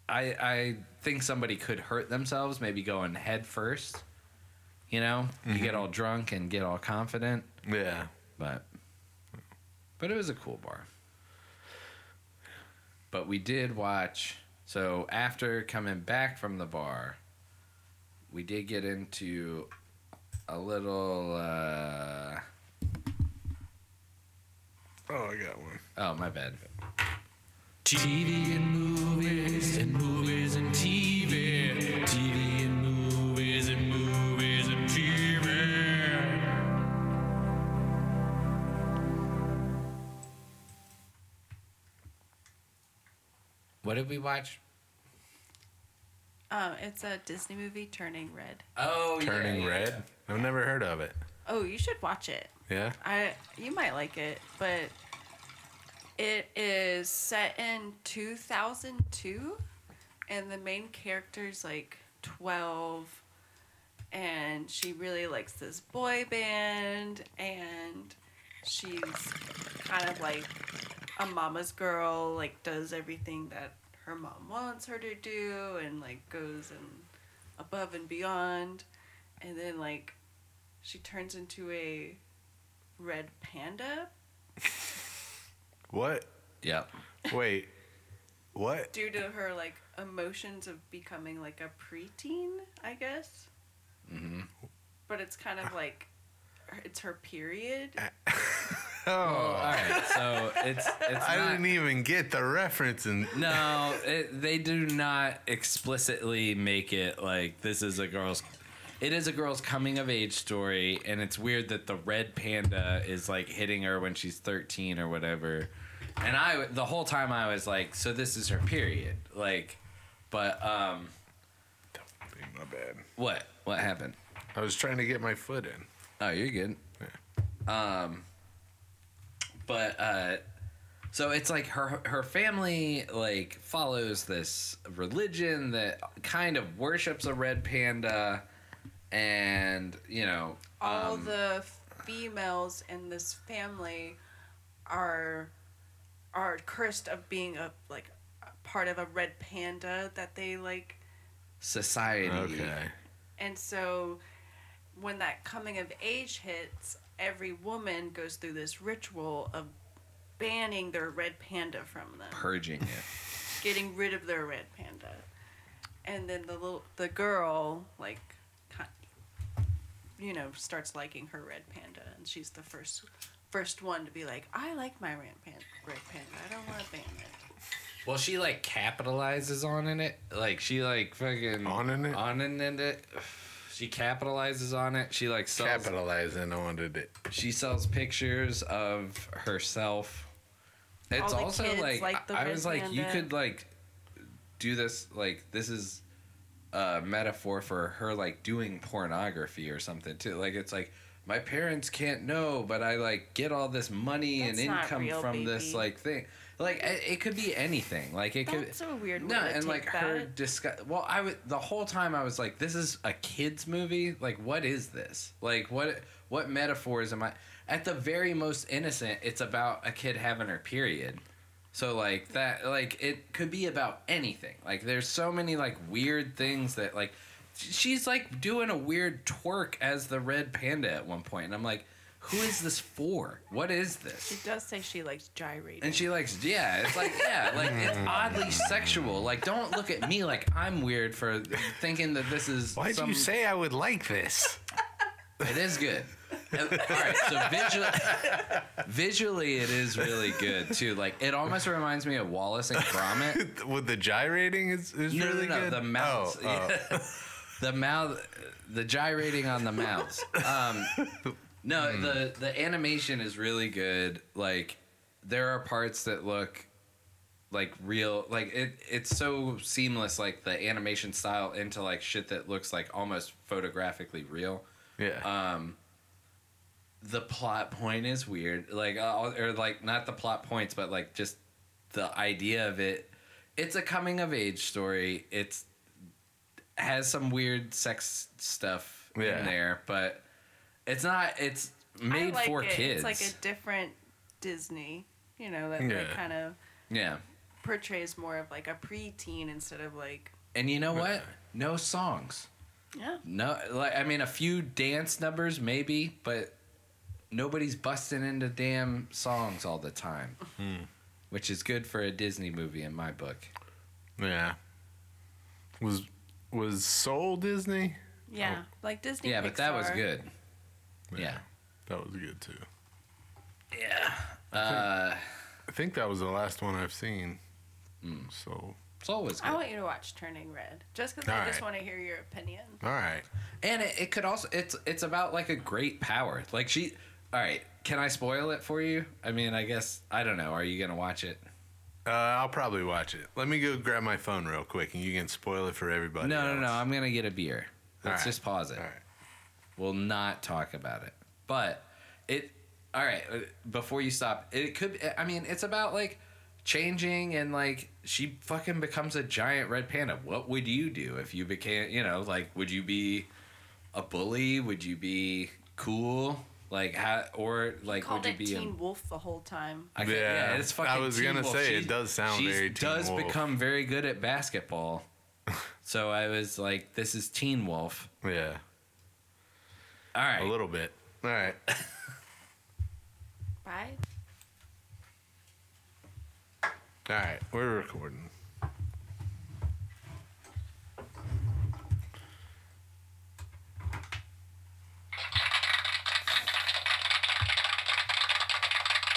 I, I think somebody could hurt themselves. Maybe going head first. You know, you get all drunk and get all confident, Yeah. but, but it was a cool bar. But we did watch. So after coming back from the bar, we did get into a little. Uh, Oh, I got one. Oh, my bad. TV and movies and movies and TV. TV and movies and movies and TV. What did we watch? Um, it's a Disney movie, Turning Red. Oh, yeah, Turning yeah, red. I've never heard of it. Oh, you should watch it. Yeah. I you might like it, but it is set in 2002 and the main character's like 12 and she really likes this boy band and she's kind of like a mama's girl, like does everything that her mom wants her to do and like goes and above and beyond and then like she turns into a red panda What? Yep. Wait. What? due to her like emotions of becoming like a preteen, I guess. Mm-hmm. But it's kind of like it's her period. All Oh, right. So it's it's I not- didn't even get the reference. And No, it, they do not explicitly make it like this is a girl's. It is a girl's coming of age story, and it's weird that the red panda is like hitting her when she's 13 or whatever. And I, the whole time I was like, so this is her period, like, but um, my bad. what what happened? I was trying to get my foot in. Oh, you're good. Um, but uh, so it's like her her family like follows this religion that kind of worships a red panda, and you know, All um, the females in this family are are cursed of being a like a part of a red panda that they like society. Okay. And so when that coming of age hits, every woman goes through this ritual of banning their red panda from them, Purging it. getting rid of their red panda. And then the little the girl like kind- you know starts liking her red panda and she's the first first one to be like, "I like my red panda. Red panda. I don't want to ban it." Well, she like capitalizes on in it. Like she like fucking On in it? On in it. She capitalizes on it. She like sells Capitalizing on it. She sells pictures of herself. It's All the also kids like, like the I I red was like, you panda. could like do this like this is a metaphor for her like doing pornography or something too. Like it's like my parents can't know, but I like get all this money and That's not income real, from this baby. like thing. Like it, it could be anything. Like it could That's a weird way no, to and take like that. her discuss. Well, I would the whole time I was like, "This is a kids movie. Like, what is this? Like, what what metaphors am I?" At the very most innocent, it's about a kid having her period. So like that, like it could be about anything. Like, there's so many like weird things that like sh- she's like doing a weird twerk as the red panda at one point, and I'm like, "Who is this for? What is this?" She does say she likes gyrating. And she likes, yeah, it's like, yeah, like it's Hmm. oddly sexual. Like, don't look at me like I'm weird for thinking that this is. Why'd some- you say I would like this? it is good? All right, so visually, visually, it is really good too. Like, it almost reminds me of Wallace and Gromit. With the gyrating is, is No, really no, no, good. the mouths. Oh, oh. Yeah. the mouth, the gyrating on the mouths. Um, no, Hmm. the the animation is really good. Like there are parts that look like real. Like it, it's so seamless. Like the animation style into like shit that looks like almost photographically real. yeah. Um, the plot point is weird. Like, uh, or like not the plot points, but like just the idea of it. It's a coming of age story. It's has some weird sex stuff Yeah. in there, but it's not. It's I made like for it. It's kids. like a different Disney, you know, that Yeah. like kind of yeah. portrays more of like a preteen instead of like oh, And you know what? No songs. yeah. No, like I mean, a few dance numbers maybe, but nobody's busting into damn songs all the time, which is good for a Disney movie in my book. Yeah. Was was Soul Disney? Yeah, like Disney. yeah, but that was Pixar. good. Yeah. That was good too. Yeah. Uh, I think that was the last one I've seen. Hmm. So, all Soul was good. I want you to watch Turning Red, just because I All just right. want to hear your opinion. right. and it, it could also it's it's about like a great power. Like she. All right. Can I spoil it for you? I mean, I guess I don't know. Are you gonna watch it? Uh, I'll probably watch it. Let me go grab my phone real quick, and you can spoil it for everybody. No, else. no, no. I'm gonna get a beer. All Let's right. just pause it. All right. We'll not talk about it. But it. All right. uh, Before you stop, it could. I mean, it's about like changing and like she fucking becomes a giant red panda. What would you do if you became? You know, like would you be a bully? Would you be cool? Like how or like Called would it you be? Teen a, Wolf the whole time. I can't- Yeah, yeah, it's fucking. I was Teen gonna Wolf. say, She- it does sound she very Teen does Wolf. become very good at basketball. so I was like, this is Teen Wolf. Yeah, All a right. little bit. All right. Bye. All right. We're recording.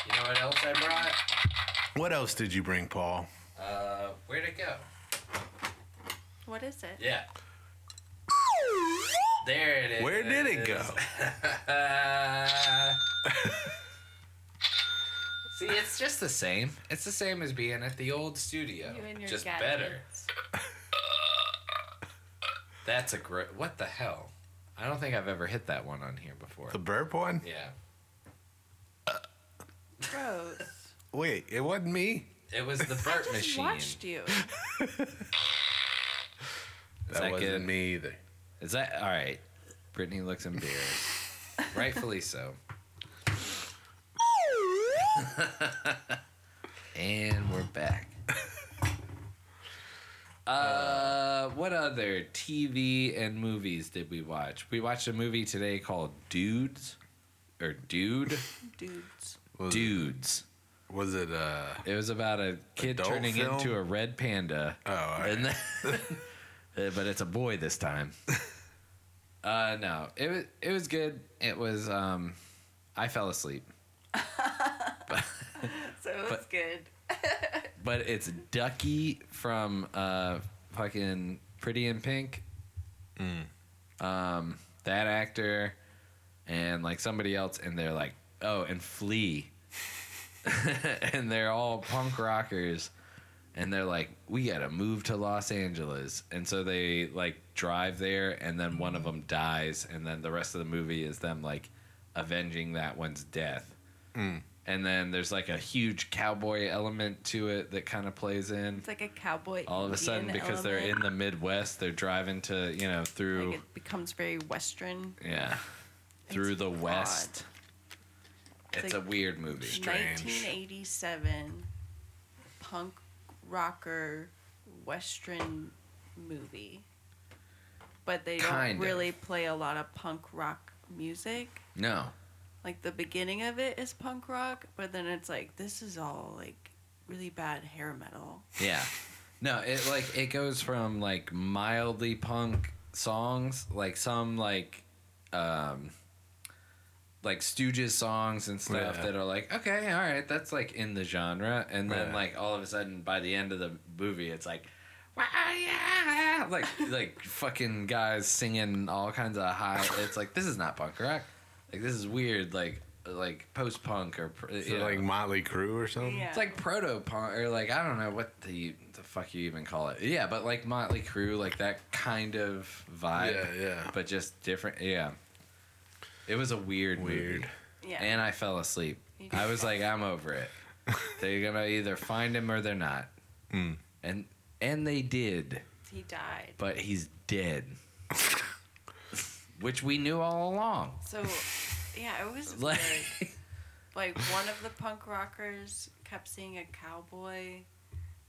You know what else I brought? What else did you bring, Paul? Uh, where'd it go? What is it? Yeah. There it is. Where did it go? Uh, see, it's just the same. It's the same as being at the old studio. You and your just gadgets. better. That's a great. What the hell? I don't think I've ever hit that one on here before. The burp one? yeah. Gross. Wait, it wasn't me. It was the I burp just machine. watched you. Is that wasn't good? me either. Is that all right? Brittany looks embarrassed. Rightfully so. and we're back. Uh, what other TV and movies did we watch? We watched a movie today called Dudes, or Dude, Dudes. Was, Dudes. Was it? Uh. It was about a kid Adult turning film? into a red panda. Oh. all right. And then- Uh, but it's a boy this time. Uh, no, it was it was good. It was um, I fell asleep, So it's But- good. but it's Ducky from uh, fucking Pretty in Pink. Um, that actor, and like somebody else, and they're like, oh, and Flea, and they're all punk rockers. and they're like, "We gotta move to Los Angeles," and so they like drive there, and then one of them dies, and then the rest of the movie is them like avenging that one's death, and then there's like a huge cowboy element to it that kind of plays in. It's like a cowboy. All of a sudden, Indian because they're in element. the Midwest, they're driving to you know through Like it becomes very Western. yeah through It's the odd. West. It's, like- a weird movie. 1987 punk rocker western movie. But they don't Kind of. really play a lot of punk rock music. No, Like the beginning of it is punk rock, but then it's like this is all like really bad hair metal. Yeah. No, it like it goes from like mildly punk songs, like some like um like Stooges songs and stuff Yeah. that are like, okay, all right, that's like in the genre. And then Yeah. like all of a sudden by the end of the movie it's like "Wah, yeah," like like fucking guys singing all kinds of high it's like this is not punk rock. Like this is weird like like post punk or pr- Is you it know. like Motley Crue or something? Yeah. It's like proto punk, or like I don't know what the the fuck you even call it. Yeah, but like Motley Crue, like that kind of vibe, Yeah, yeah. but just different. Yeah, it was a weird, Weird. movie. Yeah. and I fell asleep. You I was like, I'm over it. they're gonna either find him or they're not. Hmm. And and they did, he died. but he's dead. Which we knew all along. So, yeah, it was Like, weird. like one of the punk rockers kept seeing a cowboy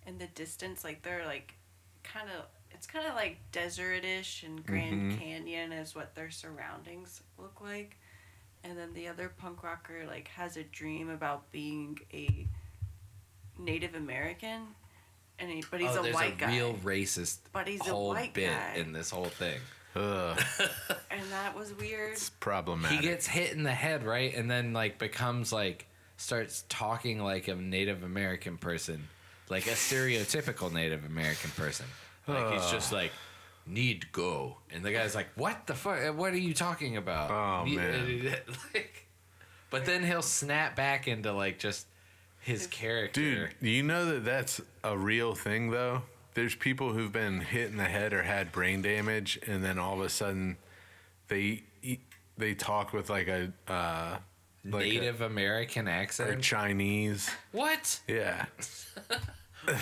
in the distance like they're like kind of it's kind of like desertish Mm-hmm. and grand canyon is what their surroundings look like and then the other punk rocker like has a dream about being a native american and he, but he's oh, a there's white a guy real racist but he's a whole white bit guy in this whole thing. Ugh, and that was weird it's problematic. He gets hit in the head, right? And then like becomes like starts talking like a Native American person, like a stereotypical Native American person. Like he's just like need go, and the guy's like, "What the fuck? What are you talking about?" Oh, You- man. like, but then he'll snap back into like just his character. Dude, you know that that's a real thing though. There's people who've been hit in the head or had brain damage, and then all of a sudden, they eat, they talk with like a uh, like a- Native American or accent. Chinese. what? Yeah,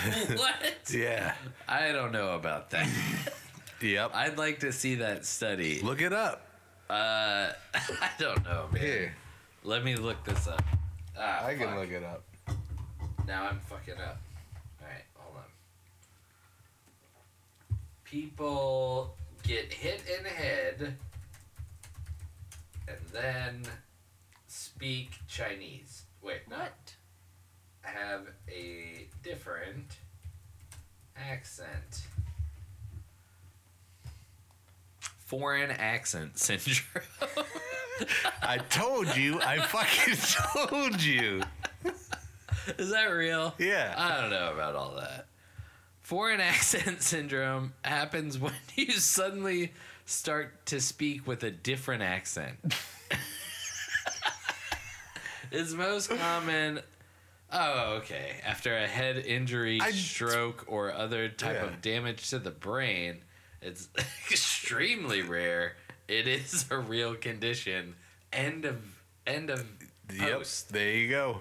what? yeah, I don't know about that. yep. I'd like to see that study. Look it up. Uh, I don't know, man. Here, Let me look this up. Ah, I can fuck. look it up. Now I'm fucking up. All right, hold on. People get hit in the head and then speak Chinese. Wait, no. what Have a different accent. Foreign accent syndrome. I told you. I fucking told you. Is that real? Yeah. I don't know about all that. Foreign accent syndrome happens when you suddenly start to speak with a different accent. it's most common. Oh, okay. After a head injury, I- stroke, or other type Yeah. of damage to the brain, it's extremely rare. It is a real condition. End of end of Yep. post. There you go.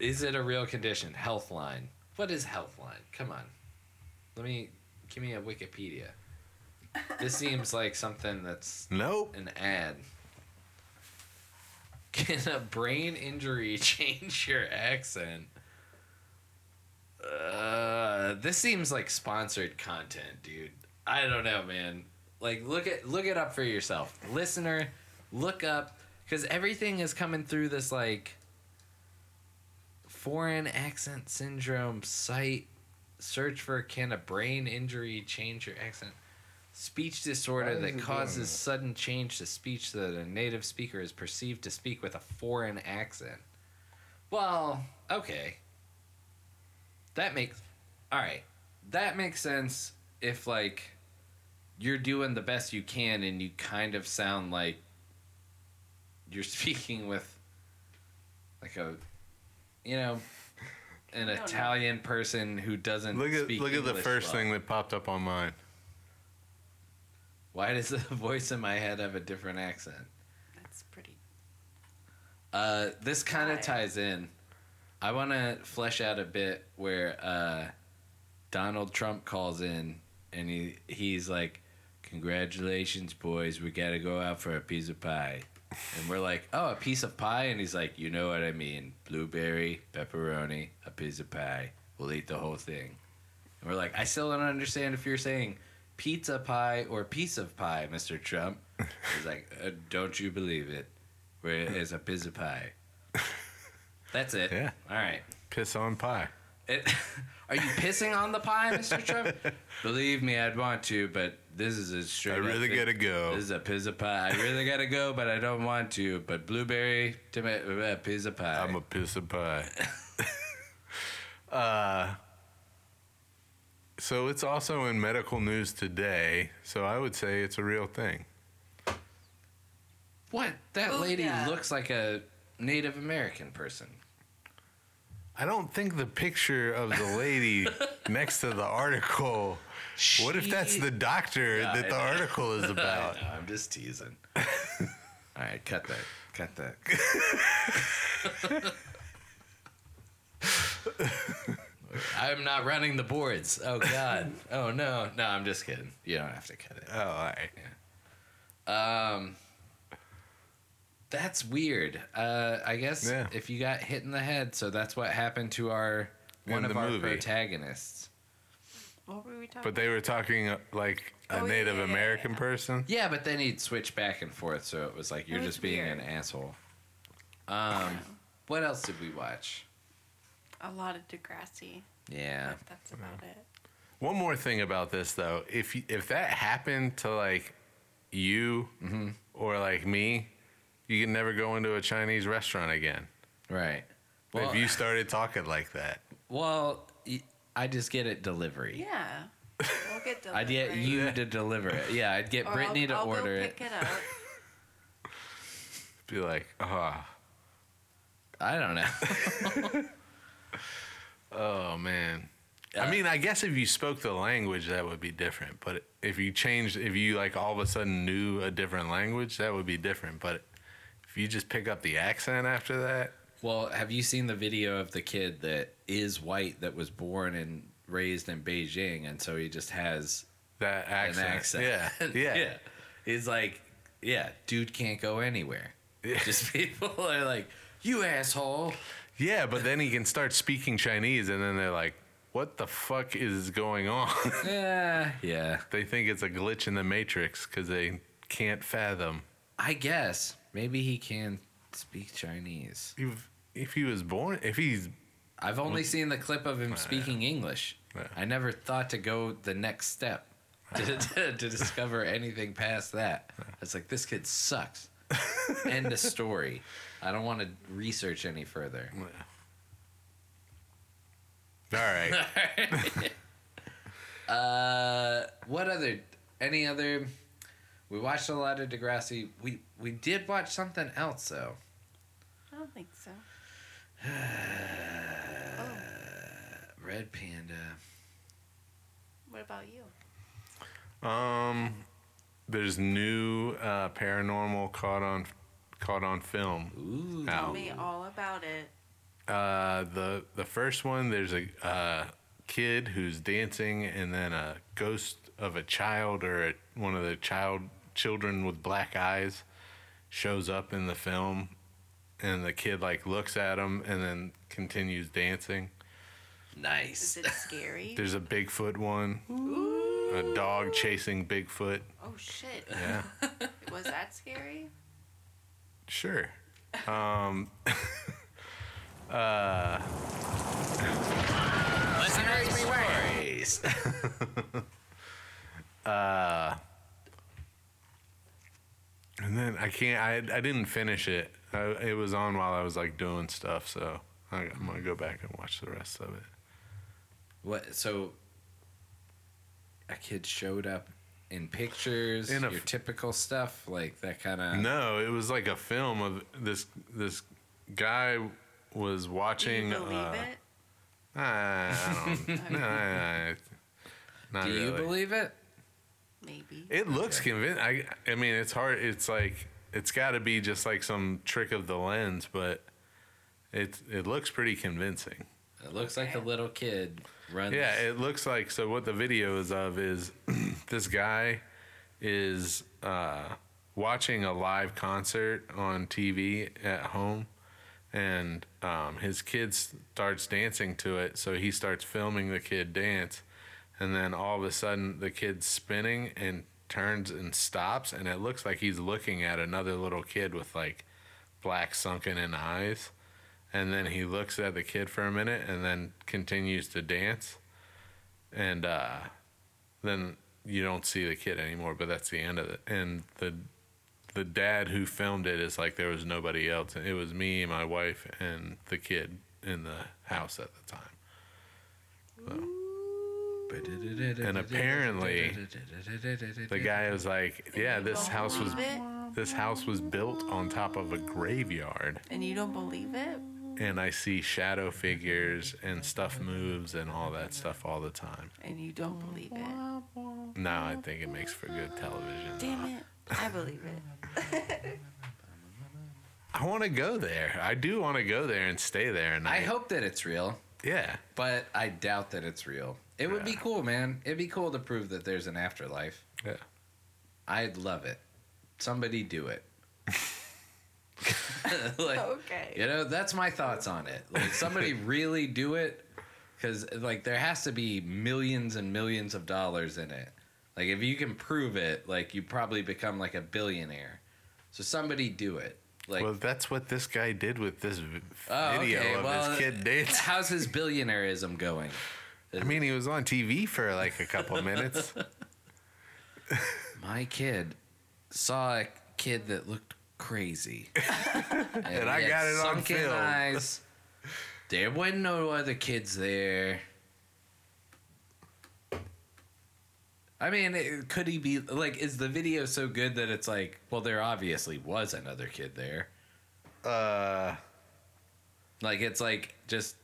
Is it a real condition? Healthline. What is Healthline? Come on. Let me give me a Wikipedia. This seems like something that's Nope. an ad. Can a brain injury change your accent? Uh, this seems like sponsored content, dude. I don't know, man. Like look at look it up for yourself. Listener, look up cuz everything is coming through this like foreign accent syndrome site search for can a brain injury change your accent? speech disorder that causes sudden change to speech so that a native speaker is perceived to speak with a foreign accent. Well, okay. That makes all right. That makes sense if like you're doing the best you can and you kind of sound like you're speaking with like a you know an I don't know. Italian person who doesn't Look at speak look at the English first well. thing that popped up on mine. Why does the voice in my head have a different accent? that's pretty Uh, this kind Why? of ties in. I want to flesh out a bit where uh, Donald Trump calls in and he he's like, "Congratulations, boys, we gotta go out for a piece of pie," and we're like, "Oh, a piece of pie," and he's like, "You know what I mean? Blueberry, pepperoni, a piece of pie. We'll eat the whole thing." And we're like, "I still don't understand if you're saying." Pizza pie or piece of pie, Mr. Trump. He's like, uh, don't you believe it? where it is a pizza pie. That's it. Yeah. All right. Piss on pie. It, are you pissing on the pie, Mr. Trump? Believe me, I'd want to, but this is a straight. I really up, gotta go. This is a pizza pie. I really gotta go, but I don't want to. But blueberry tomato uh, pizza pie. I'm a piss of pie. uh, so it's also in medical news today. So I would say it's a real thing. what? That Oh, lady yeah. looks like a Native American person. I don't think the picture of the lady next to the article. What if that's She- the doctor Yeah, that the I know. article is I about? know, I'm just teasing. All right, cut that. Got that. I'm not running the boards. Oh God. Oh no. No, I'm just kidding. You don't have to cut it. Oh, all right. Um, that's weird. Uh, I guess Yeah. if you got hit in the head, so that's what happened to our one In of the our movie. protagonists. What were we talking But they were talking uh, like a Oh, yeah, Native yeah, yeah, American yeah. person. Yeah, but then he'd switch back and forth, so it was like you're That's just being weird. an asshole. Um, what else did we watch? about? A lot of Degrassi. Yeah, But that's about it. One more thing about this though, if you, if that happened to like you Mm-hmm. or like me, you can never go into a Chinese restaurant again. right. Well, if you started talking like that, well, y- I just get it delivery. Yeah. We'll get delivery. I'd get you to deliver it. Yeah, I'd get Or Brittany I'll, to I'll order go it. pick it up. be like, ah, I don't know. oh man. Uh, I mean, I guess if you spoke the language, that would be different. But if you changed, if you like all of a sudden knew a different language, that would be different. But if you just pick up the accent after that, Well, have you seen the video of the kid that is white that was born and raised in Beijing and so he just has that accent, an accent? yeah, yeah. yeah. He's like, yeah, dude can't go anywhere. Yeah. Just people are like, you asshole. Yeah, but then he can start speaking Chinese, and then they're like, "What the fuck is going on?" Yeah. Yeah. they think it's a glitch in the matrix because they can't fathom. I guess maybe he can speak Chinese. If, if he was born, if he's I've only seen the clip of him speaking English. oh, Yeah. I never thought to go the next step to, to, to discover anything past that. I was like, this kid sucks. End of story. I don't want to research any further. all right, Uh, what other? Any other? We watched a lot of Degrassi. We we did watch something else though. I don't think so. oh, Red Panda. what about you? um, there's new uh, paranormal caught on caught on film. Ooh. Ow. Tell me all about it. Uh, the the first one, there's a uh, kid who's dancing, and then a ghost of a child or a, one of the child children with black eyes shows up in the film, and the kid like looks at him and then continues dancing. Nice. Is it scary? There's a Bigfoot one, Ooh. a dog chasing Bigfoot. Oh shit. Yeah, Was that scary? sure. Um, uh, Listeners beware. Uh, And then I can't. I I didn't finish it. I, it was on while I was like doing stuff, so I, I'm gonna go back and watch the rest of it. What? So a kid showed up in pictures. In a your f- typical stuff like that kind Uh. of. No, it was like a film of this this guy was Do you watching. believe uh, it? I don't. no, I- I- not Do you really. believe it? Maybe. It looks Okay. convincing. I I mean, it's hard. It's like it's got to be just like some trick of the lens, but it it looks pretty convincing. It looks like a little kid runs. Yeah, it looks like so. What the video is of is this guy is uh, watching a live concert on TV at home, and um, his kid starts dancing to it. So he starts filming the kid dance, and then all of a sudden the kid's spinning and turns and stops, and it looks like he's looking at another little kid with like black sunken in eyes and then he looks at the kid for a minute and then continues to dance and uh then you don't see the kid anymore but that's the end of it and the the dad who filmed it is like there was nobody else it was me my wife and the kid in the house at the time And apparently, the guy was like yeah this house was Believe it? this house was built on top of a graveyard And you don't believe it? and i see shadow figures and stuff moves and all that stuff all the time And you don't believe it? No, I think it makes for good television. Damn it. I believe it. I want to go there. I do want to go there and stay there. And I hope that it's real, yeah, but I doubt that it's real. It would be Yeah. cool, man. It'd be cool to prove that there's an afterlife. yeah. I'd love it. Somebody do it. Like, Okay. You know, that's my thoughts on it. Like somebody really do it cuz like there has to be millions and millions of dollars in it. Like if you can prove it, like you probably become like a billionaire. So somebody do it. Like well, that's what this guy did with this v- Oh, video okay, of well, uh, his kid dancing. how's his billionaireism going? I mean, he was on TV for like a couple minutes. My kid saw a kid that looked crazy. and I he had got it on sunken film. Eyes. There wasn't no other kids there. I mean, it- could he be like? Is the video so good that it's like, well, there obviously was another kid there. Uh, Like, it's like just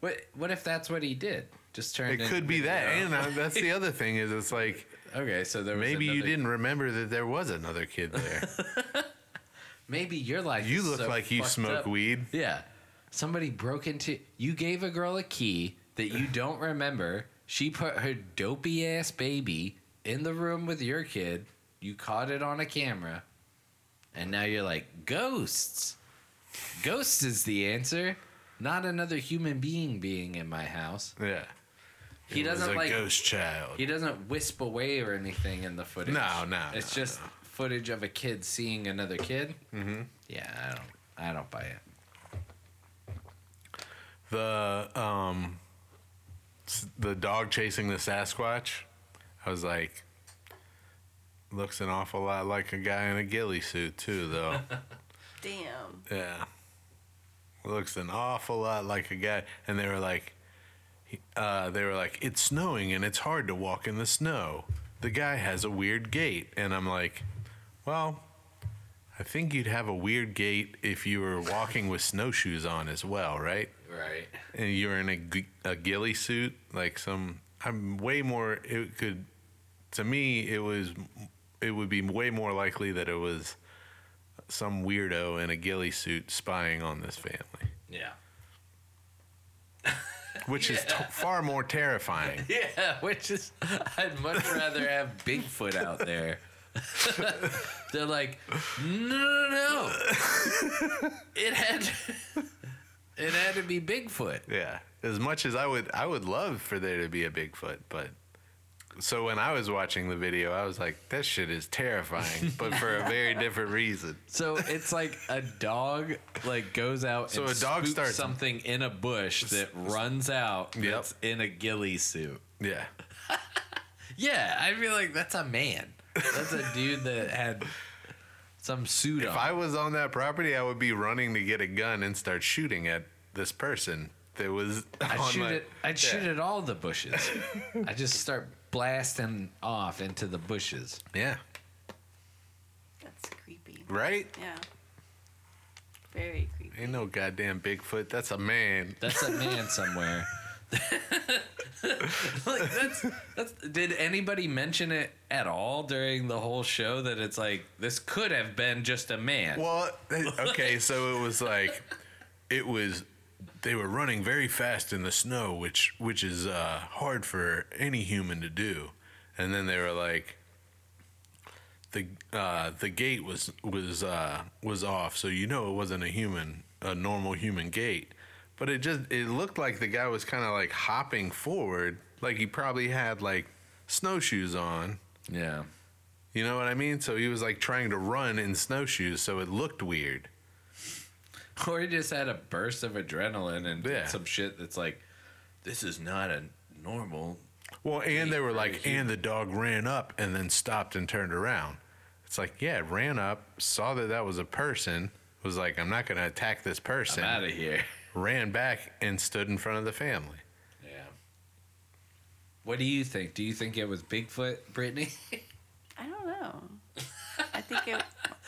what? What if that's what he did? Just turned. it into could be that, video. and uh, that's the other thing is it's like okay, so there was maybe you another- didn't remember that there was another kid there. Maybe your life. You is look so like you fucked smoke up. weed. Yeah. Somebody broke into you gave a girl a key that you don't remember. She put her dopey ass baby in the room with your kid. You caught it on a camera. And now you're like, ghosts. Ghosts is the answer. Not another human being being in my house. Yeah, He It was doesn't a like ghost child. he doesn't wisp away or anything in the footage. No, no, It's no, just footage of a kid seeing another kid. Mm-hmm. Yeah, I don't I don't buy it. the um s- the dog chasing the Sasquatch. I was like, looks an awful lot like a guy in a ghillie suit too, though. Damn. yeah, looks an awful lot like a guy. And they were like, he- uh, they were like, it's snowing and it's hard to walk in the snow. The guy has a weird gait, and I'm like, well. I think you'd have a weird gait if you were walking with snowshoes on as well, right? Right. and you're in a, g- a ghillie suit, like some, I'm way more, it could, to me, it was, it would be way more likely that it was some weirdo in a ghillie suit spying on this family, Yeah. which is t- far more terrifying. Yeah, which is I'd much rather have Bigfoot out there. They're like, no, no, no. It had, it had to be Bigfoot. Yeah. As much as I would, I would love for there to be a Bigfoot, but. So when I was watching the video, I was like, "That shit is terrifying," but for a very different reason. So it's like a dog like goes out. So and a dog spooks starts- something in a bush that runs out. Yep. That's in a ghillie suit. Yeah. Yeah, I feel like that's a man. That's a dude that had some suit If on. I was on that property, I would be running to get a gun and start shooting at this person that was. I'd on shoot my- it. I'd shoot Yeah. at all the bushes. I just start blasting off into the bushes. Yeah. That's creepy. Right? Yeah. Very creepy. Ain't no goddamn Bigfoot. That's a man. That's a man somewhere. like that's, that's did anybody mention it at all during the whole show that it's like this could have been just a man. Well, okay, so it was like, it was. They were running very fast in the snow, which which is uh, hard for any human to do. And then they were like, the uh, the gate was was uh, was off, so you know it wasn't a human, a normal human gate. But it just it looked like the guy was kind of like hopping forward, like he probably had like snowshoes on. Yeah. You know what I mean? So he was like trying to run in snowshoes, so it looked weird. Or he just had a burst of adrenaline and did Yeah. some shit that's like this is not a normal Well, and they were Pretty like, huge. and the dog ran up and then stopped and turned around. It's like, yeah, it ran up, saw that that was a person, was like, I'm not going to attack this person, I'm out of here. ran back and stood in front of the family. Yeah. What do you think? Do you think it was Bigfoot, Brittany? I don't know. I think it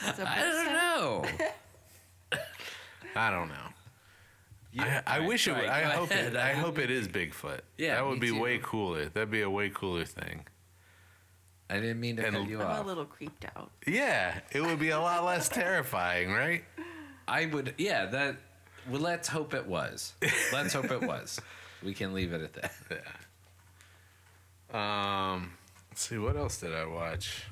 was a I don't know. I don't know. I, I wish it. Would, I hope it. I hope it is Bigfoot. Yeah, that me would be too. way cooler. That'd be a way cooler thing. I didn't mean to And- cut you I'm a off. little creeped out. Yeah, it would be a lot less terrifying, right? I would, yeah, that. Well, let's hope it was. Let's hope it was. We can leave it at that. Um, let's see, what else did I watch?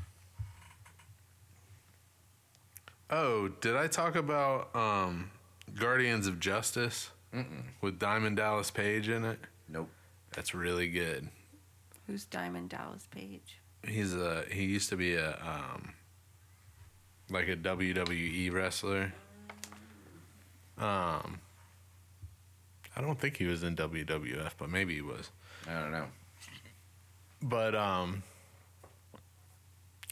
Oh, did I talk about um, Guardians of Justice with Diamond Dallas Page in it? Nope. That's really good. Who's Diamond Dallas Page? He's a he used to be a um, like a WWE wrestler. Um, I don't think he was in WWF, but maybe he was. I don't know. but um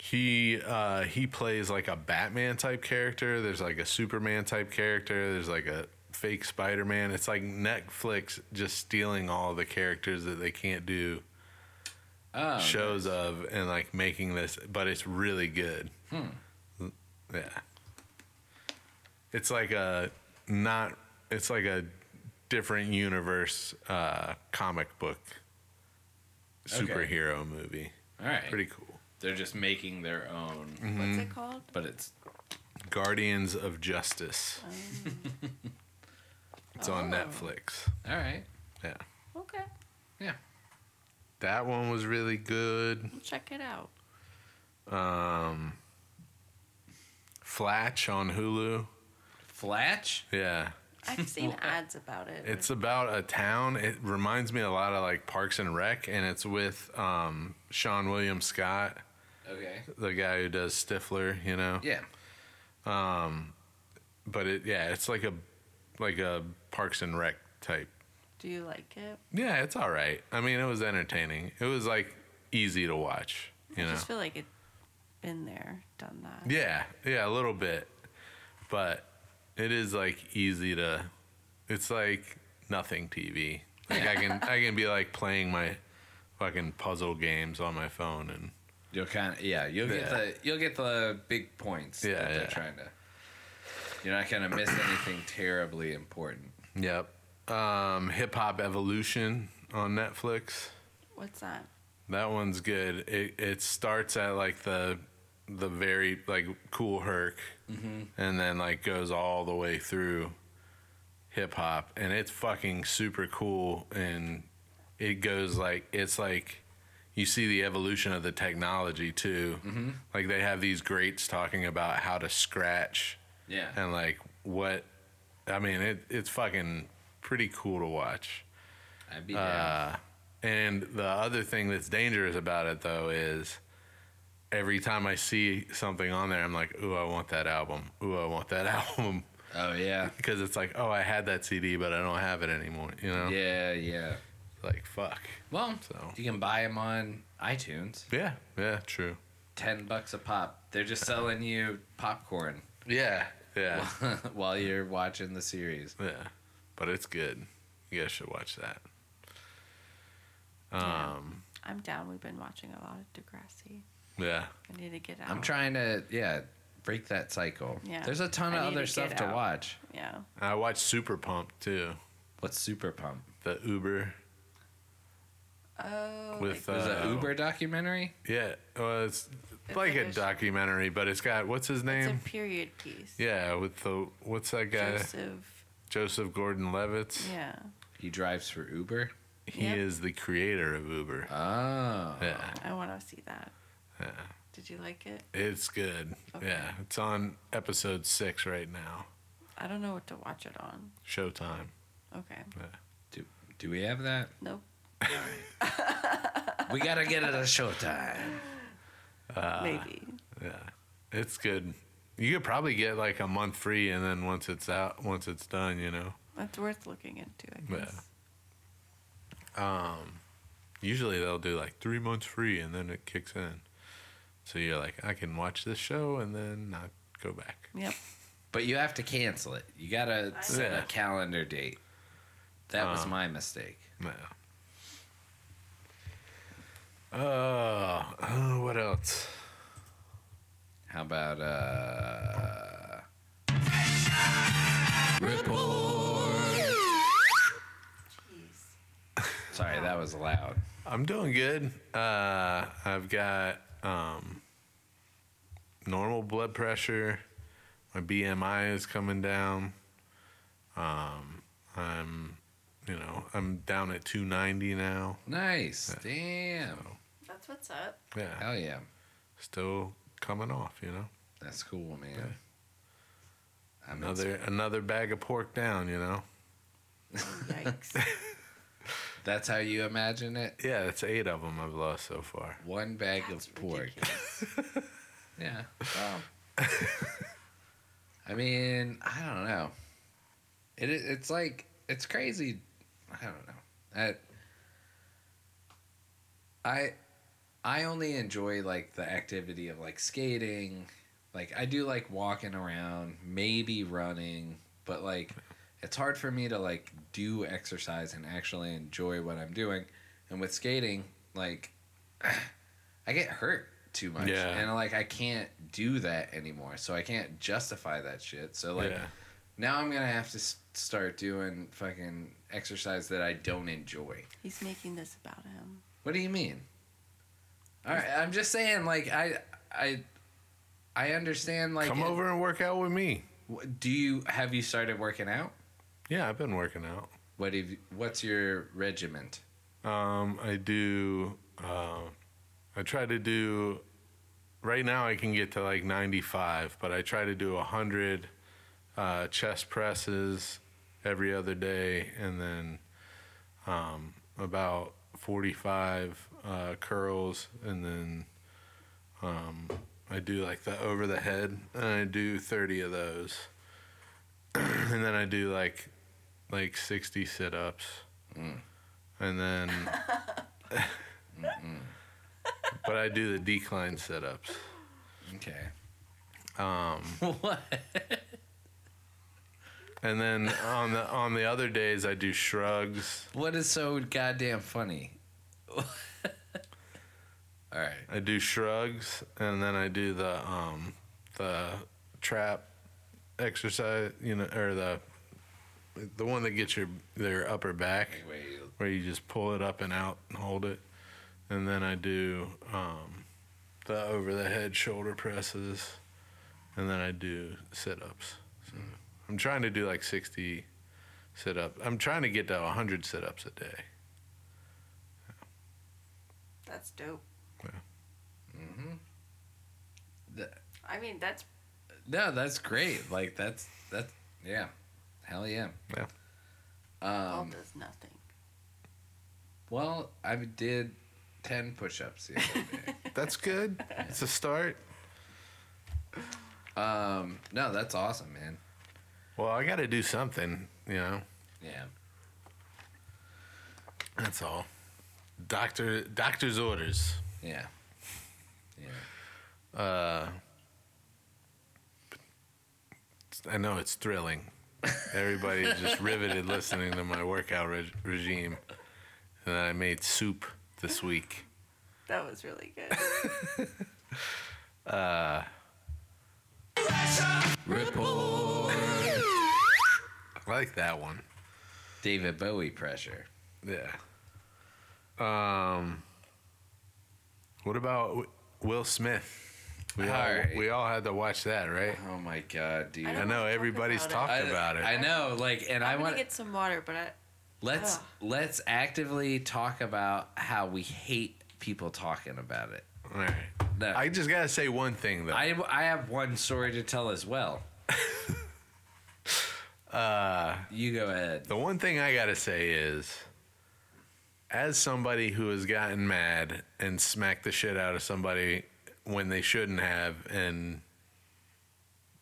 he uh he plays like a batman type character there's like a superman type character there's like a fake spider-man it's like netflix just stealing all the characters that they can't do Oh, shows of and like making this but it's really good Hmm. yeah it's like a not it's like a different universe uh comic book Okay. superhero movie all right. pretty Mm-hmm. cool They're just making their own, Hmm. What's it called? but it's guardians of justice Um, it's on Oh. netflix all right. yeah Okay, Yeah. that one was really good we'll check it out. um flatch on hulu Flatch. yeah I've seen ads about it. It's about a town. It reminds me a lot of like Parks and Rec, and it's with um, Sean William Scott, Okay. the guy who does Stifler, you know. Yeah. But it, yeah, it's like a like a Parks and Rec type. Do you like it? Yeah, it's all right. I mean, it was entertaining. It was like easy to watch, you I know. just feel like it. Been there, done that. Yeah, yeah, a little bit, but it is like easy to. It's like nothing TV. Like I can I can be like playing my fucking puzzle games on my phone and You'll kind of yeah. You'll get Yeah. the you'll get the big points. Yeah, that they're yeah. trying to. You're not gonna miss anything terribly important. Yep. Um, Hip Hop Evolution on Netflix. What's that? That one's good. It it starts at like the the very like cool Herc, and then like goes all the way through hip hop, and it's fucking super cool. And it goes like it's like you see the evolution of the technology too. Like they have these greats talking about how to scratch Yeah. and like what I mean it it's fucking pretty cool to watch. I'd be down. Uh, And the other thing that's dangerous about it though is every time I see something on there I'm like, "Ooh, I want that album. Ooh, I want that album." oh yeah. Because it's like, "Oh, I had that CD, but I don't have it anymore." You know? Yeah yeah. Like, fuck. Well, So. you can buy them on iTunes. Yeah. Yeah, true. Ten bucks a pop. They're just selling you popcorn Yeah. Yeah. while you're watching the series. yeah. But it's good. You guys should watch that. Yeah. Um, I'm down. We've been watching a lot of Degrassi. yeah. I need to get out. I'm trying to yeah break that cycle. Yeah. There's a ton I of need other to stuff get to out. watch. Yeah. I watched Super Pump too. What's Super Pump? The Uber Oh. with like- There's uh, an Uber documentary. Yeah, well, it's It's like like a a sh- documentary, but it's got what's his it's a name? period piece. yeah, with the what's that guy? Joseph, Joseph. Gordon-Levitt. Yeah. He drives for Uber. He Yep. is the creator of Uber. Oh. yeah, I want to see that. yeah, Did you like it? it's good. Okay. Yeah, it's on episode six right now, I don't know what to watch it on. Showtime. Okay. Do do we have that? Nope. We gotta get it at Showtime. Uh, Maybe. Yeah, it's good. You could probably get like a month free, and then once it's out, once it's done, you know. That's worth looking into, I Yeah. guess. Um, usually they'll do like three months free and then it kicks in. So you're like, I can watch this show and then not go back. Yep. But you have to cancel it. You gotta set Yeah. a calendar date. That was Uh. my mistake. No. Uh, oh, what else? How about uh Report. Sorry, that was loud. I'm doing good. Uh, I've got um, normal blood pressure. My BMI is coming down. Um, I'm, you know, I'm down at 290 now. Nice. Damn. That's what's up. Yeah, Hell yeah. still coming off. You know, That's cool, man. I'm another another bag of pork down. You know, Yikes. That's how you imagine it. yeah, that's eight of them I've lost so far. One bag That's of pork. ridiculous. Yeah. Wow. I mean, I don't know. It i- it's like it's crazy. I don't know. That I I only enjoy like the activity of like skating. Like I do like walking around, maybe running, but like it's hard for me to like do exercise and actually enjoy what I'm doing. And with skating, like I get hurt too much. Yeah. And like I can't do that anymore. So I can't justify that shit. So like yeah, now I'm going to have to s- start doing fucking exercise that I don't enjoy. He's making this about him. What do you mean? All right, I'm just saying like I I I understand like come over and work out with me. w- Do you have you started working out? Yeah, I've been working out. What have you, what's your regiment? Um, I do. Uh, I try to do. Right now, I can get to like 95, but I try to do 100 uh, chest presses every other day, and then um, about 45 uh, curls, and then um, I do like the over the head, and I do 30 of those, and then I do like like 60 sit ups, and then. but I do the decline sit ups. Okay. Um, what? and then on the on the other days I do shrugs. What is so goddamn funny? All right. I do shrugs, and then I do the um, the trap exercise, you know, or the the one that gets your their upper back Anyway, you- where you just pull it up and out and hold it, and then I do um, the over the head shoulder presses, and then I do sit ups. So I'm trying to do like 60 sit up. I'm trying to get to 100 sit ups a day. That's dope. mm-hmm. th- I mean, that's no, that's great. Like that's that's yeah, hell yeah. Yeah. all Um, does nothing. well, I did ten push-ups the other day. That's good. It's a start. um, no, that's awesome, man. Well, I got to do something, you know. Yeah. That's all. Doctor doctor's orders. Yeah. Yeah. I know it's thrilling. Everybody's just riveted listening to my workout reg- regime. And I made soup this week. That was really good. Report. I like that one. David Bowie pressure. Yeah. Um What about W- Will Smith? We all, All right. we all had to watch that, right? Oh my god, dude. I I don't- know wanna talk everybody's about talked about it. I know, like, and i I'm want gonna get some water, but I, Let's Ugh. let's actively talk about how we hate people talking about it. all right. No. I just got to say one thing though. I I have one story to tell as well. uh, you go ahead. The one thing I gotta say is, as somebody who has gotten mad and smacked the shit out of somebody when they shouldn't have and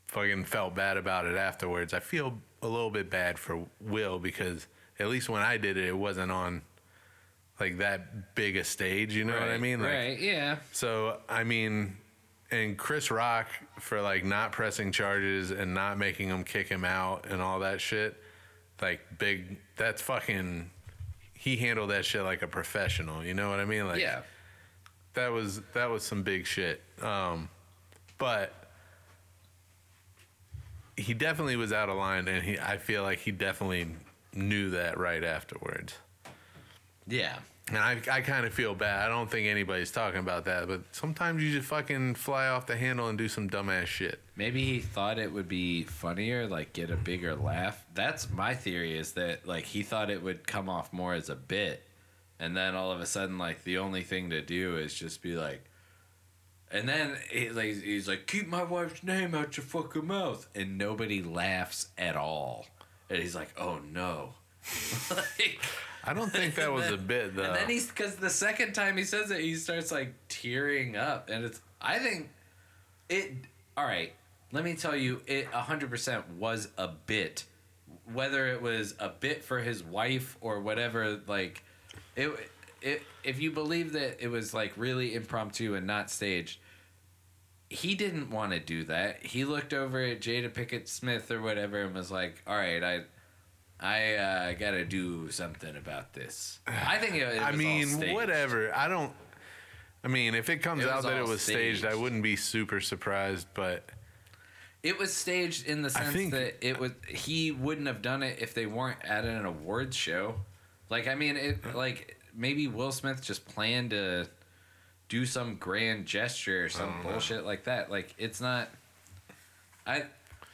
fucking felt bad about it afterwards, I feel a little bit bad for Will because at least when I did it, it wasn't on like that big a stage. You know what I Right, mean? Like, right? Yeah. so I mean, and Chris Rock for like not pressing charges and not making him kick him out and all that shit, like big. That's fucking. He handled that shit like a professional. You know what I mean? Like yeah. that was that was some big shit. Um, but he definitely was out of line, and he I feel like he definitely knew that right afterwards. Yeah. And I, I kind of feel bad. I don't think anybody's talking about that, but sometimes you just fucking fly off the handle and do some dumbass shit. Maybe he thought it would be funnier, like get a bigger laugh. That's my theory is that like he thought it would come off more as a bit. And then all of a sudden, like the only thing to do is just be like, and then he, like, he's like, keep my wife's name out your fucking mouth. And nobody laughs at all. And he's like, oh no. like, I don't think that was a bit though. and then he's because the second time he says it, he starts like tearing up, and it's. I think it. All right, let me tell you, it hundred percent was a bit. Whether it was a bit for his wife or whatever, like it. It, if you believe that it was like really impromptu and not staged, he didn't want to do that. He looked over at Jada Pickett Smith or whatever and was like, "All right, I, I uh, gotta do something about this." I think it, it was I all mean, staged. whatever. I don't. I mean, if it comes It out was that it all was staged, I staged. wouldn't be super surprised, but It was staged in the sense think- that it was he wouldn't have done it if they weren't at an awards show. Like I mean, it like maybe Will Smith just planned to do some grand gesture or some bullshit like that. Like it's not. I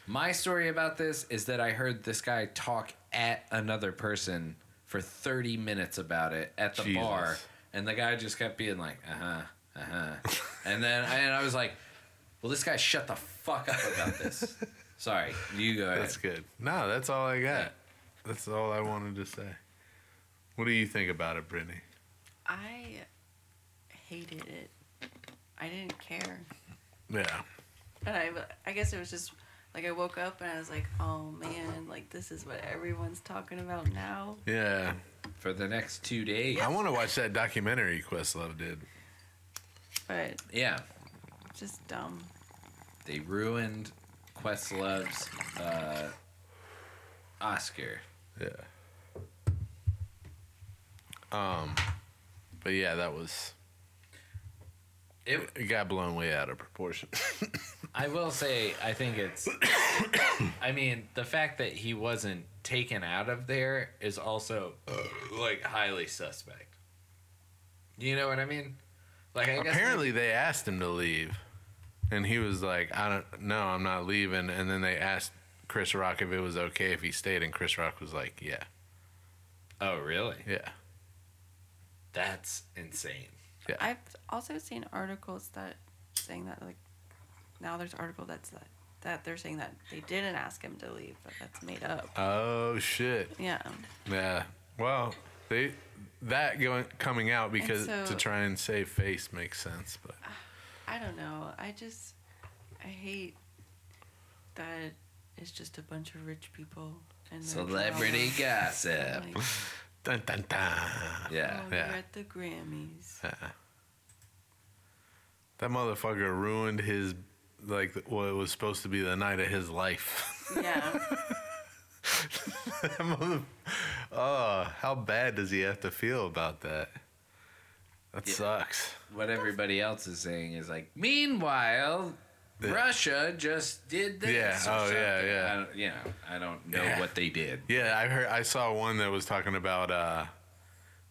my story about this is that I heard this guy talk at another person for thirty minutes about it at the Jesus. bar, and the guy just kept being like, uh huh, uh huh, and then and I was like, well, this guy shut the fuck up about this. Sorry, you go ahead. that's good. No, that's all I got. That's all I wanted to say. What do you think about it, Brittany? I hated it. I didn't care. Yeah. And I, I guess it was just like I woke up and I was like, oh man, like this is what everyone's talking about now. Yeah. For the next two days. I want to watch that documentary Questlove did. But Yeah, just dumb. they ruined Questlove's uh, Oscar. Yeah. Um, but yeah, that was It, it got blown way out of proportion. I will say, I think it's. I mean, the fact that he wasn't taken out of there is also uh, like highly suspect. You know what I mean? Like, I guess Apparently, they asked him to leave, and he was like, "I don't, no, I'm not leaving." And then they asked Chris Rock if it was okay if he stayed, and Chris Rock was like, "Yeah, Oh, really? yeah, That's insane. I've also seen articles that saying that like now there's article that's that that they're saying that they didn't ask him to leave, but that's made up. oh shit, Yeah. yeah." Well, they that going coming out because so- to try and save face makes sense, but I don't know. I just I hate that it's just a bunch of rich people and their Celebrity drama. gossip. Like, dun dun dun. Yeah. oh, yeah. you're at the Grammys. That motherfucker ruined his like what was supposed to be the night of his life. Yeah. That mother- oh, how bad does he have to feel about that? That Yeah. sucks. What everybody else is saying is like, meanwhile, Yeah. Russia just did this. Yeah, or oh, yeah, something." yeah. I don't, you know, I don't know Yeah. what they did. Yeah, I heard. I saw one that was talking about uh,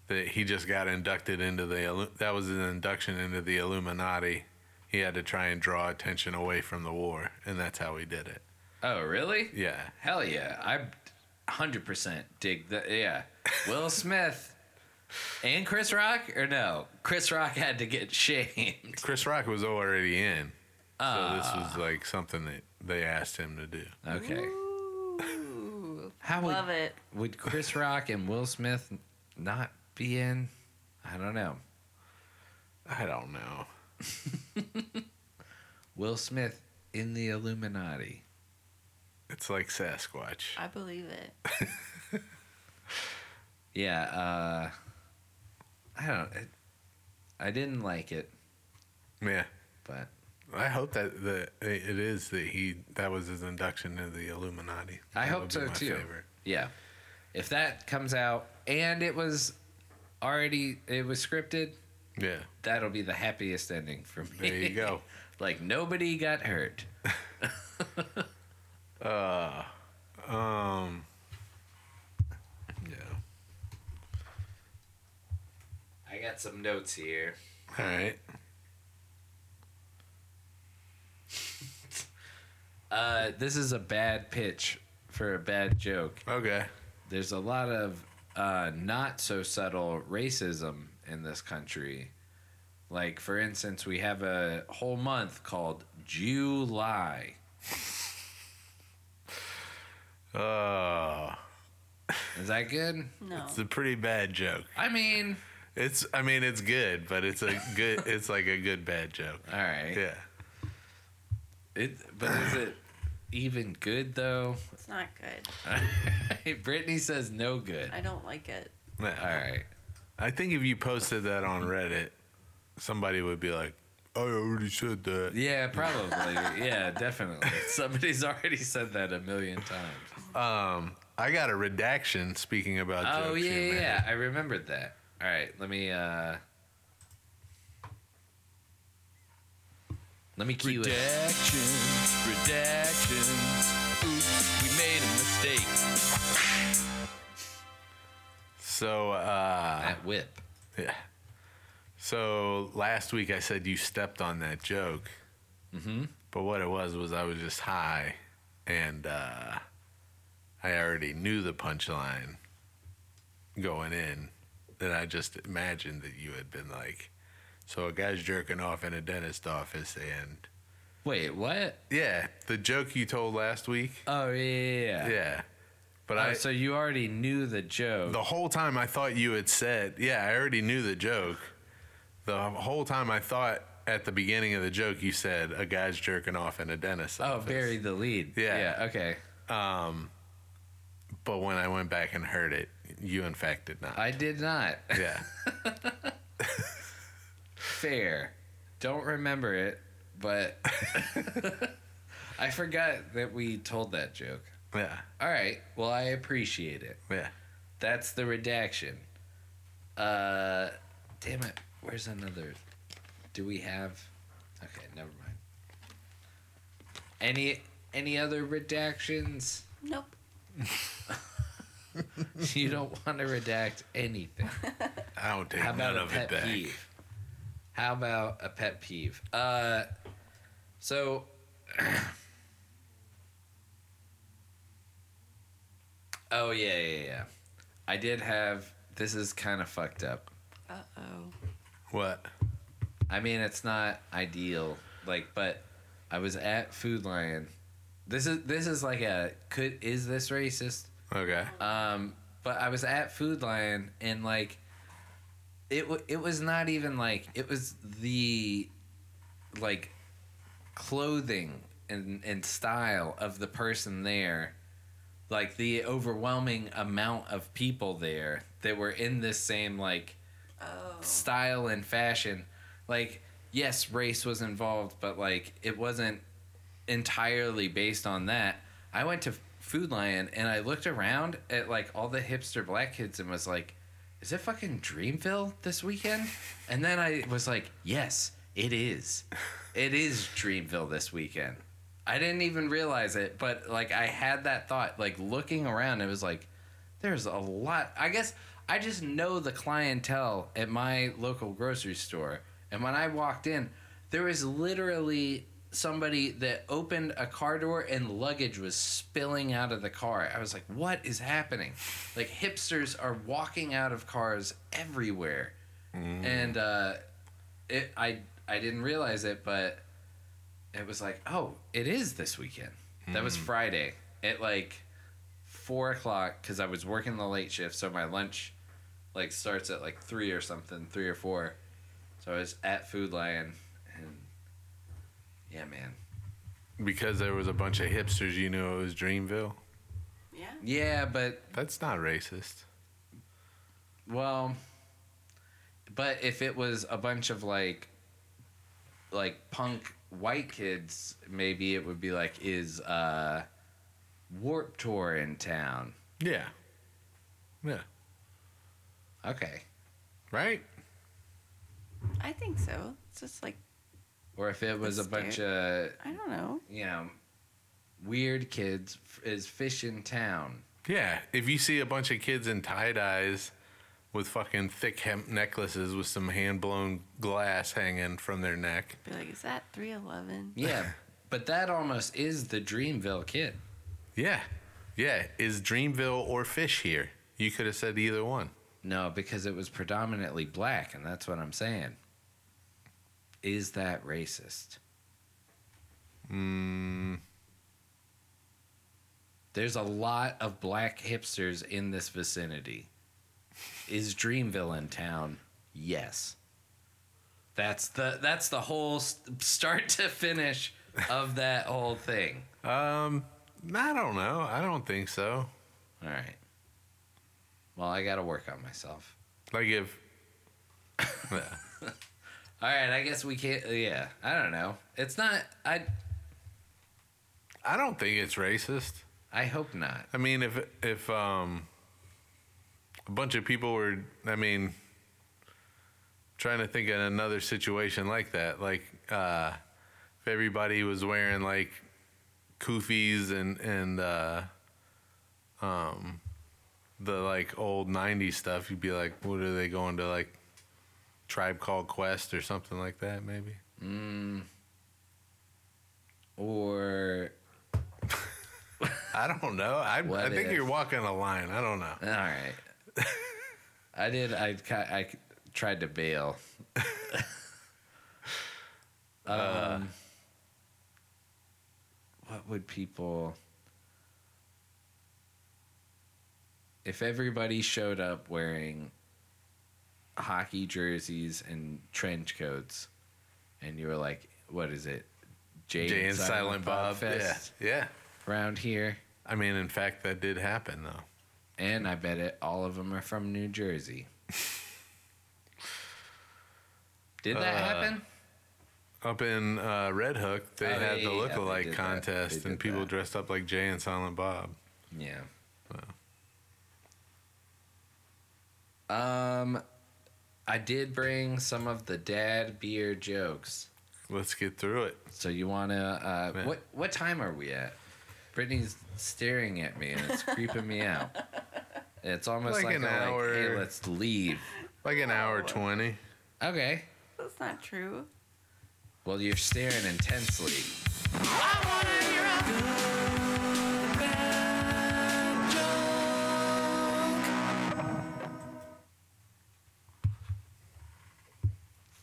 that he just got inducted into the. Illu- That was an induction into the Illuminati. He had to try and draw attention away from the war, and that's how he did it. Oh, really? Yeah, Hell yeah. I 100% dig the. Yeah. Will Smith and Chris Rock? Or no? Chris Rock had to get shamed. Chris Rock was already in, so this was like something that they asked him to do. Okay. Ooh, How would, love it. would Chris Rock and Will Smith not be in? I don't know. I don't know. Will Smith in the Illuminati. It's like Sasquatch. I believe it. Yeah, uh I don't it, I didn't like it, Yeah. but I hope that the it is that he that was his induction to the Illuminati. I That hope would be so my too. favorite. yeah. If that comes out and it was already it was scripted, Yeah, that'll be the happiest ending for me. there you go. like nobody got hurt. Um, yeah. some notes here. All right. Uh, this is a bad pitch for a bad joke. Okay. There's a lot of uh, not so subtle racism in this country. Like, for instance, we have a whole month called July, Oh, Is that good? No. it's a pretty bad joke. I mean, It's, I mean, it's good, but it's a good, it's like a good bad joke. all right. Yeah. It, but is it even good though? It's not good. Brittany says no good. I don't like it. No. All right. I think if you posted that on Reddit, somebody would be like, I already said that. Yeah, probably. yeah, definitely. Somebody's already said that a million times. Um, I got a redaction speaking about Oh jokes. yeah, you yeah, made. yeah. I remembered that. All right, let me uh Let me cue it. Redactions, redactions. Oops, we made a mistake. So, uh, That whip. yeah. So last week I said you stepped on that joke. Mm-hmm. But what it was was I was just high and uh, I already knew the punchline going in. And I just imagined that you had been like, so a guy's jerking off in a dentist office and. Wait, what? Yeah, the joke you told last week. Oh yeah. yeah, yeah. Yeah. But Oh, I so you already knew the joke. the whole time I thought you had said, yeah, I already knew the joke. The whole time I thought at the beginning of the joke you said a guy's jerking off in a dentist oh, office. buried the lead. Yeah. Yeah, okay. But when I went back and heard it, you in fact did not. I did not. yeah. Fair. Don't remember it, but I forgot that we told that joke. Yeah. All right. Well, I appreciate it. Yeah. That's the redaction. Uh, damn it. Where's another? Do we have? Okay, never mind. Any any other redactions? Nope. you don't want to redact anything. I don't take How about none a of it pet back. peeve? How about a pet peeve? Uh, so Oh yeah, yeah, yeah. I did have this is kind of fucked up. Uh oh. What? I mean, it's not ideal, like, but I was at Food Lion. This is this is like a could is this racist? Okay. Um, but I was at Food Lion and like it w- it was not even like it was the like clothing and and style of the person there. Like the overwhelming amount of people there that were in this same like Oh. style and fashion. Like, yes, race was involved, but like it wasn't entirely based on that. I went to Food Lion and I looked around at like all the hipster black kids and was like, is it fucking Dreamville this weekend? And then I was like, yes, it is. It is Dreamville this weekend. I didn't even realize it, but like I had that thought, like looking around, it was like, there's a lot. I guess I just know the clientele at my local grocery store. And when I walked in, there was literally somebody that opened a car door and luggage was spilling out of the car. I was like, what is happening? Like, hipsters are walking out of cars everywhere. And uh, it, I, I didn't realize it, but it was like, oh, it is this weekend. That was Friday at like four o'clock because I was working the late shift, so my lunch like starts at like three or something, three or four. So I was at Food Lion, and yeah, man, Because there was a bunch of hipsters, you knew it was Dreamville. Yeah. yeah, but That's not racist. well, but if it was a bunch of like like punk white kids, maybe it would be like is uh Warp Tour in town? Yeah. Yeah. Okay, Right? I think so. It's just like or if it was a That's bunch of I don't know. you know, weird kids f- is fish in town. Yeah, if you see a bunch of kids in tie dyes with fucking thick hemp necklaces with some hand blown glass hanging from their neck. Be like, is that 311? Yeah, but that almost is the Dreamville kid. Yeah. Yeah. Is Dreamville or Fish here? You could have said either one. No, because it was predominantly black, and that's what I'm saying. Is that racist? Mm, There's a lot of black hipsters in this vicinity. Is Dreamville in town? Yes. That's the that's the whole s- start to finish of that whole thing. um, I don't know. I don't think so. All right. Well, I got to work on myself. Like if All right, I guess we can't. Yeah, I don't know. It's not. I I don't think it's racist. I hope not. I mean, if if um, a bunch of people were, I mean, trying to think of another situation like that, like uh, if everybody was wearing like koofies and and uh, um, the like old '90s stuff, you'd be like, what are they going to like? Tribe Called Quest or something like that, maybe. Or I don't know. I, I What think if? you're walking a line. I don't know. all right. I did. I ki- I tried to bail. Uh. um, what would people? If everybody showed up wearing hockey jerseys and trench coats, and you were like, "What is it?" Jay, Jay and Silent Bob. Yeah, Fest yeah. around here. I mean, in fact, that did happen though. And I bet it all of them are from New Jersey. Did that Uh, happen? Up in uh, Red Hook, they Oh, had yeah, the yeah, yeah, they lookalike did that. contest, They and did people that. dressed up like Jay and Silent Bob. Yeah. Um, I did bring some of the dad beer jokes. Let's get through it. So you wanna? Uh, Yeah. what what time are we at? Brittany's staring at me and it's creeping me out. It's almost Like like, an I'm like, hour. hey, let's leave. Like an Oh. hour twenty. Okay. That's not true. Well, you're staring intensely.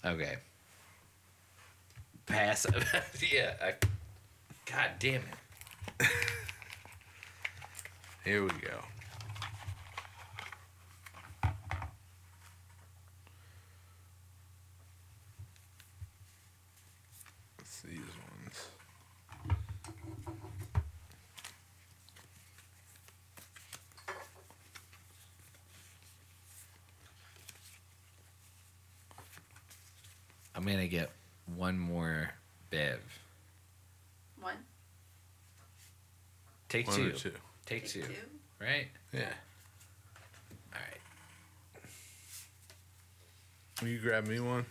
Okay. Pass. yeah. I, God damn it. Here we go. It's these ones. I'm gonna get one more bev. One, Take One two. or two. Take two. Right. Yeah. All right. Will you grab me one?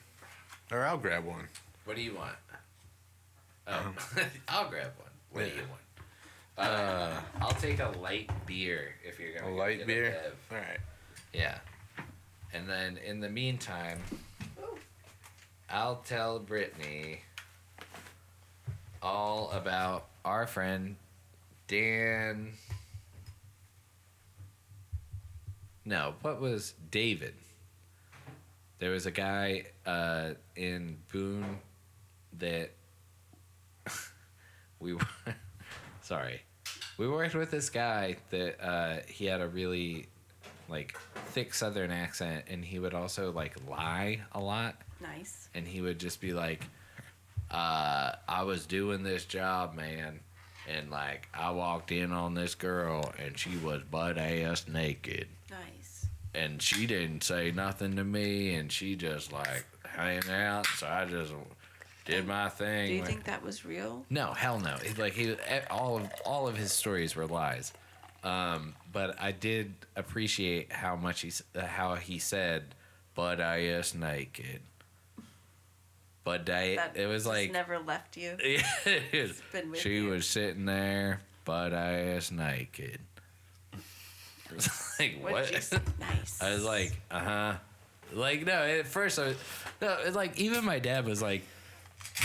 Or I'll grab one. What do you want? Oh, I'll grab one. What do Um, Yeah. you want? Uh, I'll take a light beer if you're A gonna light get beer. bev. All right. Yeah. And then in the meantime, I'll tell Brittany all about our friend Dan. No, what was David? There was a guy uh, in Boone that we were. Sorry. We worked with this guy that uh, he had a really like thick southern accent and he would also like lie a lot nice. and he would just be like uh i was doing this job man and like i walked in on this girl and she was butt ass naked Nice. and she didn't say nothing to me and she just like hanging out so i just did my thing Do you like- think that was real? no, hell no. It- Like he, e, all of all of his stories were lies. Um, but I did appreciate how much he s- uh, how he said, "But I is naked." But I, That it was just like never left you. been with she you. was sitting there, but I is naked. was like, What? what? Just nice. I was like, uh huh. Like, no, at first, I was, no, it, like, even my dad was like,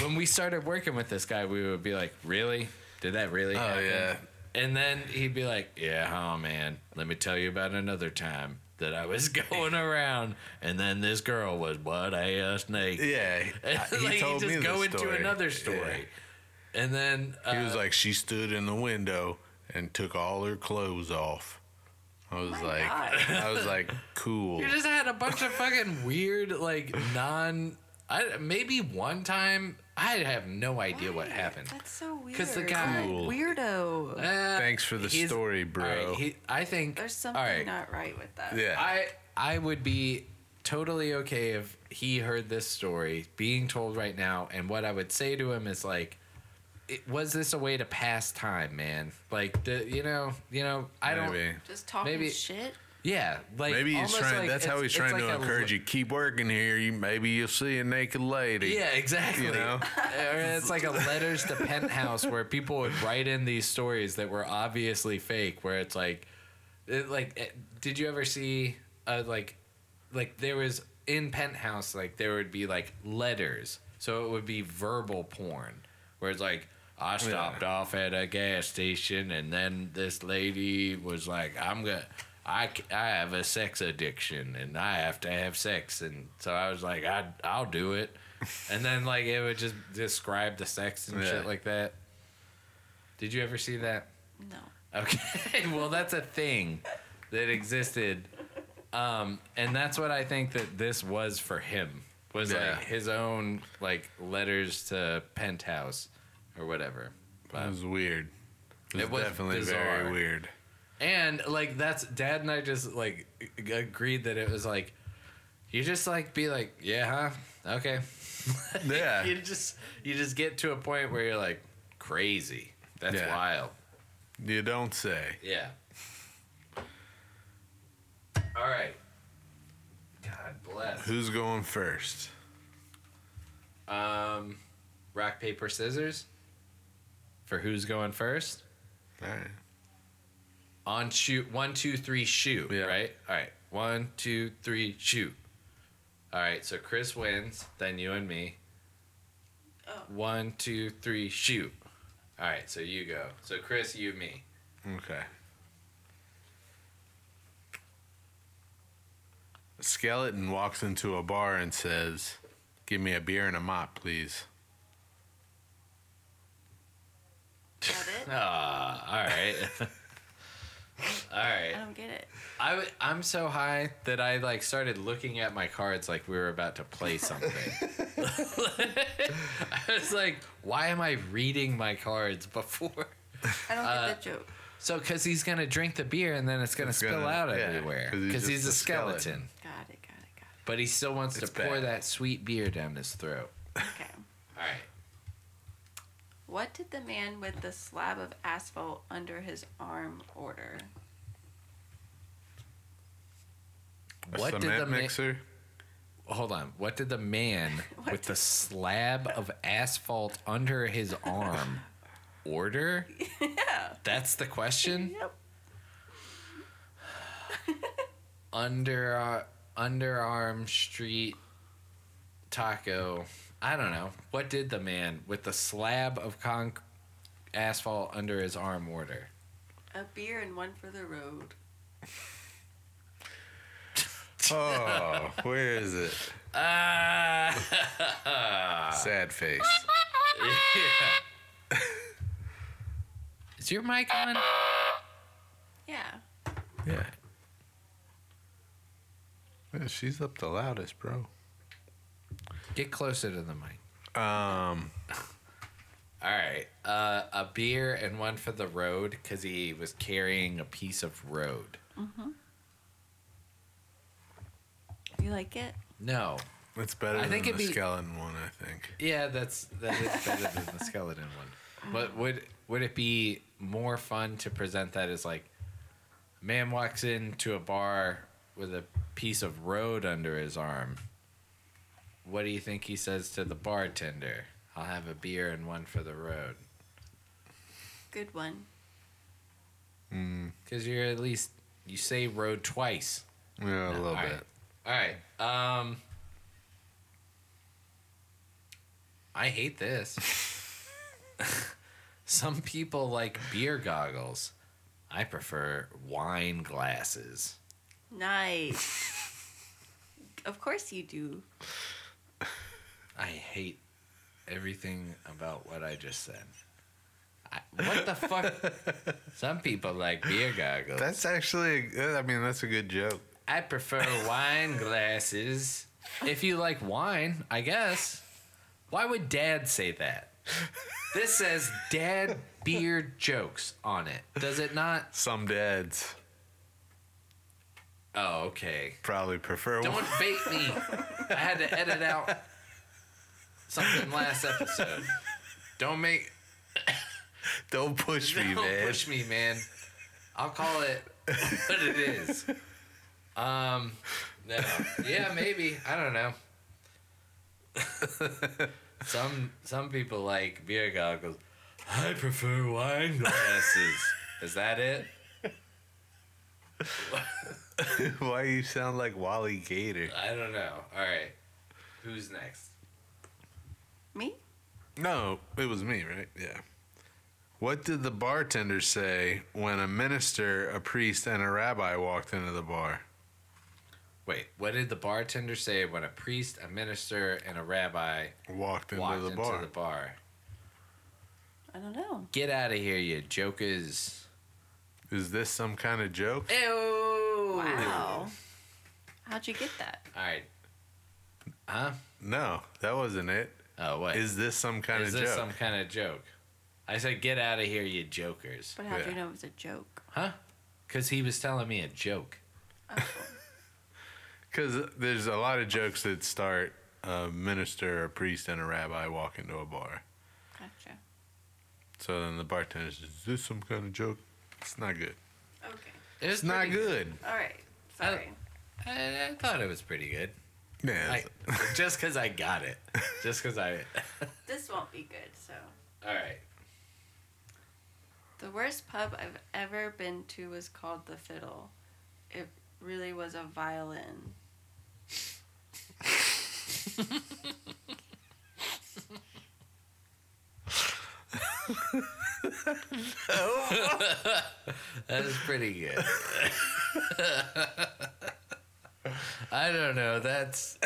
when we started working with this guy, we would be like, really? Did that really Oh, happen? yeah. And then he'd be like, yeah, oh, man, let me tell you about another time that I was going around and then this girl was what a snake. Yeah. And, I- like, he'd just the go story. into another story. And then, Yeah. uh, He was like, she stood in the window and took all her clothes off. I was my like, God. I was like, cool. You just had a bunch of fucking weird, like non. I maybe one time I have no idea what Why? happened. That's so weird. 'Cause the guy- Cool. weirdo. Uh, Thanks for the he's- story, all bro. right, he- I think There's something all right, not right with that. yeah. I I would be totally okay if he heard this story being told right now, and what I would say to him is like. It, was this a way to pass time, man? Like, the, you know, you know, I don't. Maybe. Just talking Maybe- shit. Yeah, like Maybe he's almost trying. like that's how it's- he's it's trying like to a- encourage you. Keep working here. You maybe you'll see a naked lady. Yeah, exactly. You know. or it's like a letters to penthouse where people would write in these stories that were obviously fake where it's like it, like eh, did you ever see uh, like like there was in penthouse like there would be like letters so it would be verbal porn where it's like I stopped off at a gas station and then this lady was like I'm gonna I, c- I have a sex addiction and I have to have sex and so I was like I I'll do it and then like it would just describe the sex and Yeah. shit like that. Did you ever see that? No. Okay, well that's a thing that existed, um, and that's what I think that this was for him was Yeah. like his own like letters to penthouse or whatever. That was weird. It was, It was definitely very bizarre. weird. And like that's dad and I just like g- agreed that it was like you just like be like yeah huh okay Yeah. you just you just get to a point where you're like crazy that's Yeah. wild You don't say. yeah all right God bless Who's going first? um rock paper scissors for who's going first All right. on shoot one two three shoot Yeah. right all right one two three shoot all right so chris wins then you and me Oh. one two three shoot all right so you go so chris you me Okay. A skeleton walks into a bar and says, "Give me a beer and a mop, please." Got it? Ah, all right. all I right. don't get it. I w- I'm so high that I like started looking at my cards like we were about to play something. I was like, why am I reading my cards before? I don't Uh, get the joke. So, because he's gonna drink the beer and then it's gonna It's spill gonna- out yeah, everywhere 'cause he's because he's, just a a skeleton. skeleton. Got it. Got it. Got But he still wants It's to pour bad. that sweet beer down his throat. it. Okay. All right. What did the man with the slab of asphalt under his arm order? A What did cement the ma- mixer? Hold on. What did the man What with did- the slab of asphalt under his arm order? Yeah. That's the question. Yep. Under uh, underarm street taco. I don't know. What did the man with the slab of con- asphalt under his arm order? A beer and one for the road. oh, where is it? Ah. Sad face. Is your mic on? Yeah. Yeah. Yeah, she's up the loudest, bro. Get closer to the mic. Um, All right. Uh, a beer and one for the road because he was carrying a piece of road. You like it? No. it's better I than think the it'd be- skeleton one, I think. Yeah, that's that is better than the skeleton one. But would would it be more fun to present that as like a man walks into a bar with a piece of road under his arm? What do you think he says to the bartender? I'll have a beer and one for the road. Good one. Because you're at least You say road twice. Yeah, a little All bit. right. All right. Um, I hate this. Some people like beer goggles. I prefer wine glasses. Nice. of course you do. I hate everything about what I just said. I, what the fuck? Some people like beer goggles. That's actually, a- I mean, that's a good joke. I prefer wine glasses. If you like wine, I guess. Why would dad say that? This says dad beer jokes on it. Does it not? Some dads Oh, okay. probably prefer. Don't bait me. I had to edit out something last episode. Don't make don't push me, Don't man. push me, man. I'll call it what it is. Um, no. Yeah, maybe. I don't know. some some people like beer goggles. I prefer wine glasses. is that it? Why you sound like Wally Gator? I don't know. All right. Who's next? Me? No, it was me, right? Yeah. What did the bartender say when a minister, a priest, and a rabbi walked into the bar? Wait, what did the bartender say when a priest, a minister, and a rabbi Walked into walked the into bar. the bar? I don't know. Get out of here, you jokers. Is this some kind of joke? Ew. Wow. How'd you get that? All right. Huh? No, that wasn't it. Oh, what? Is, Is this some kind of this joke? some kind of joke? I said, get out of here, you jokers. But how'd you Yeah. know it was a joke? Huh? Because he was telling me a joke. Because there's a lot of jokes that start a minister, a priest, and a rabbi walk into a bar. Gotcha. So then the bartender says, Is this some kind of joke? It's not good. Okay. Oh. It was It's not pretty- good. All right. Sorry. I, I thought it was pretty good. Yeah. I, just because I got it. Just because I. This won't be good, so. All right. The worst pub I've ever been to was called The Fiddle. It really was a violin. That was pretty good. I don't know. That's.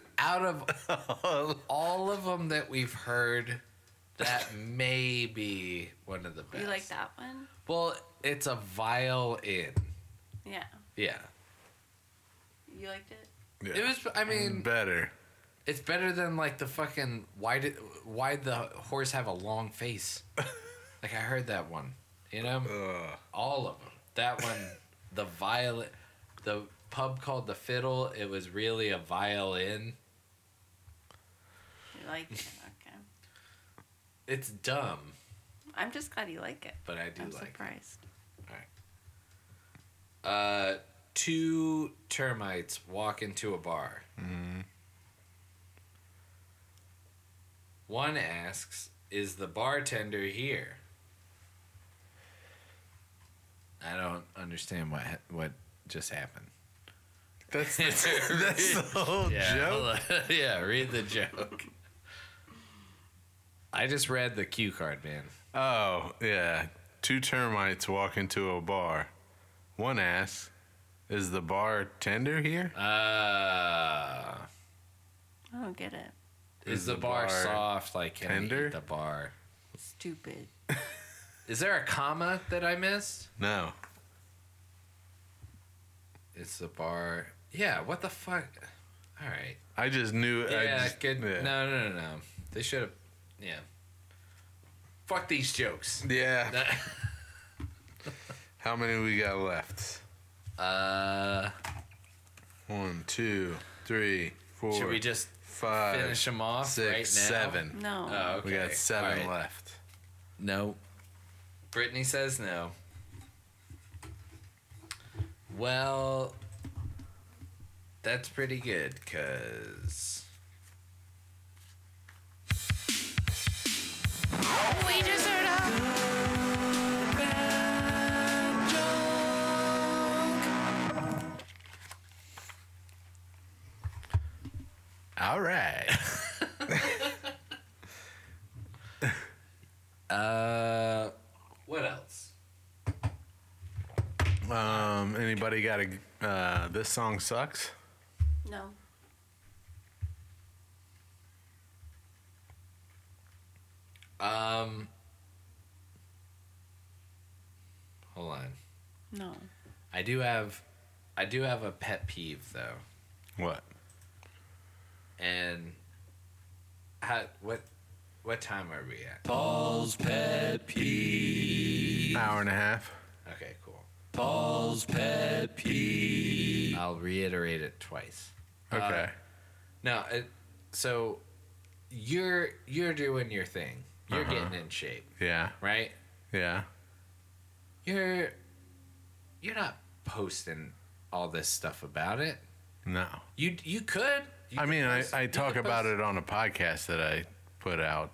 Out of all of them that we've heard, that may be one of the best. You like that one? Well, it's a violin. Yeah. Yeah. You liked it? yeah. It was I mean, better. it's better than like the fucking why did why the horse have a long face? like I heard that one. You know? Ugh. All of them. That one the violin the pub called the fiddle, it was really a violin. You liked it? Okay. It's dumb, I'm just glad you like it. but I do I'm like. it. surprised. Uh two termites walk into a bar. Mm-hmm. One asks, "Is the bartender here?" I don't understand what ha- what just happened. That's the, that's the whole joke. hold on. yeah, read the joke. I just read the cue card, man. Oh, yeah. Two termites walk into a bar. One asks, Is the bartender here? Uh, I don't get it. is, the, bar, soft? Like can we eat tender? the bar? Stupid. Is there a comma that I missed? No. It's the bar. Yeah, what the fuck? All right. I just knew. Yeah, I just, good. Yeah. No, no, no, no. They should have. Yeah. Fuck these jokes. Yeah. That- How many we got left? uh, One, two, three, four, should we just five, finish them off six, right now? seven. No. Oh, okay. We got seven All right. left. No. Brittany says no. Well, that's pretty good, cause. We deserve a bad joke. All right. Uh, what else? Um, anybody got a uh, this song sucks? No. Um, hold on. No. I do have, I do have a pet peeve though, What? and how, what, what time are we at? Paul's pet peeve. Hour and a half. Okay, cool. Paul's pet peeve. I'll reiterate it twice. Okay. No, it, so you're you're doing your thing. You're Uh-huh. getting in shape, yeah. right? Yeah. You're you're not posting all this stuff about it. No. You you could. You I could mean, I, post- I you talk could about post- it on a podcast that I put out,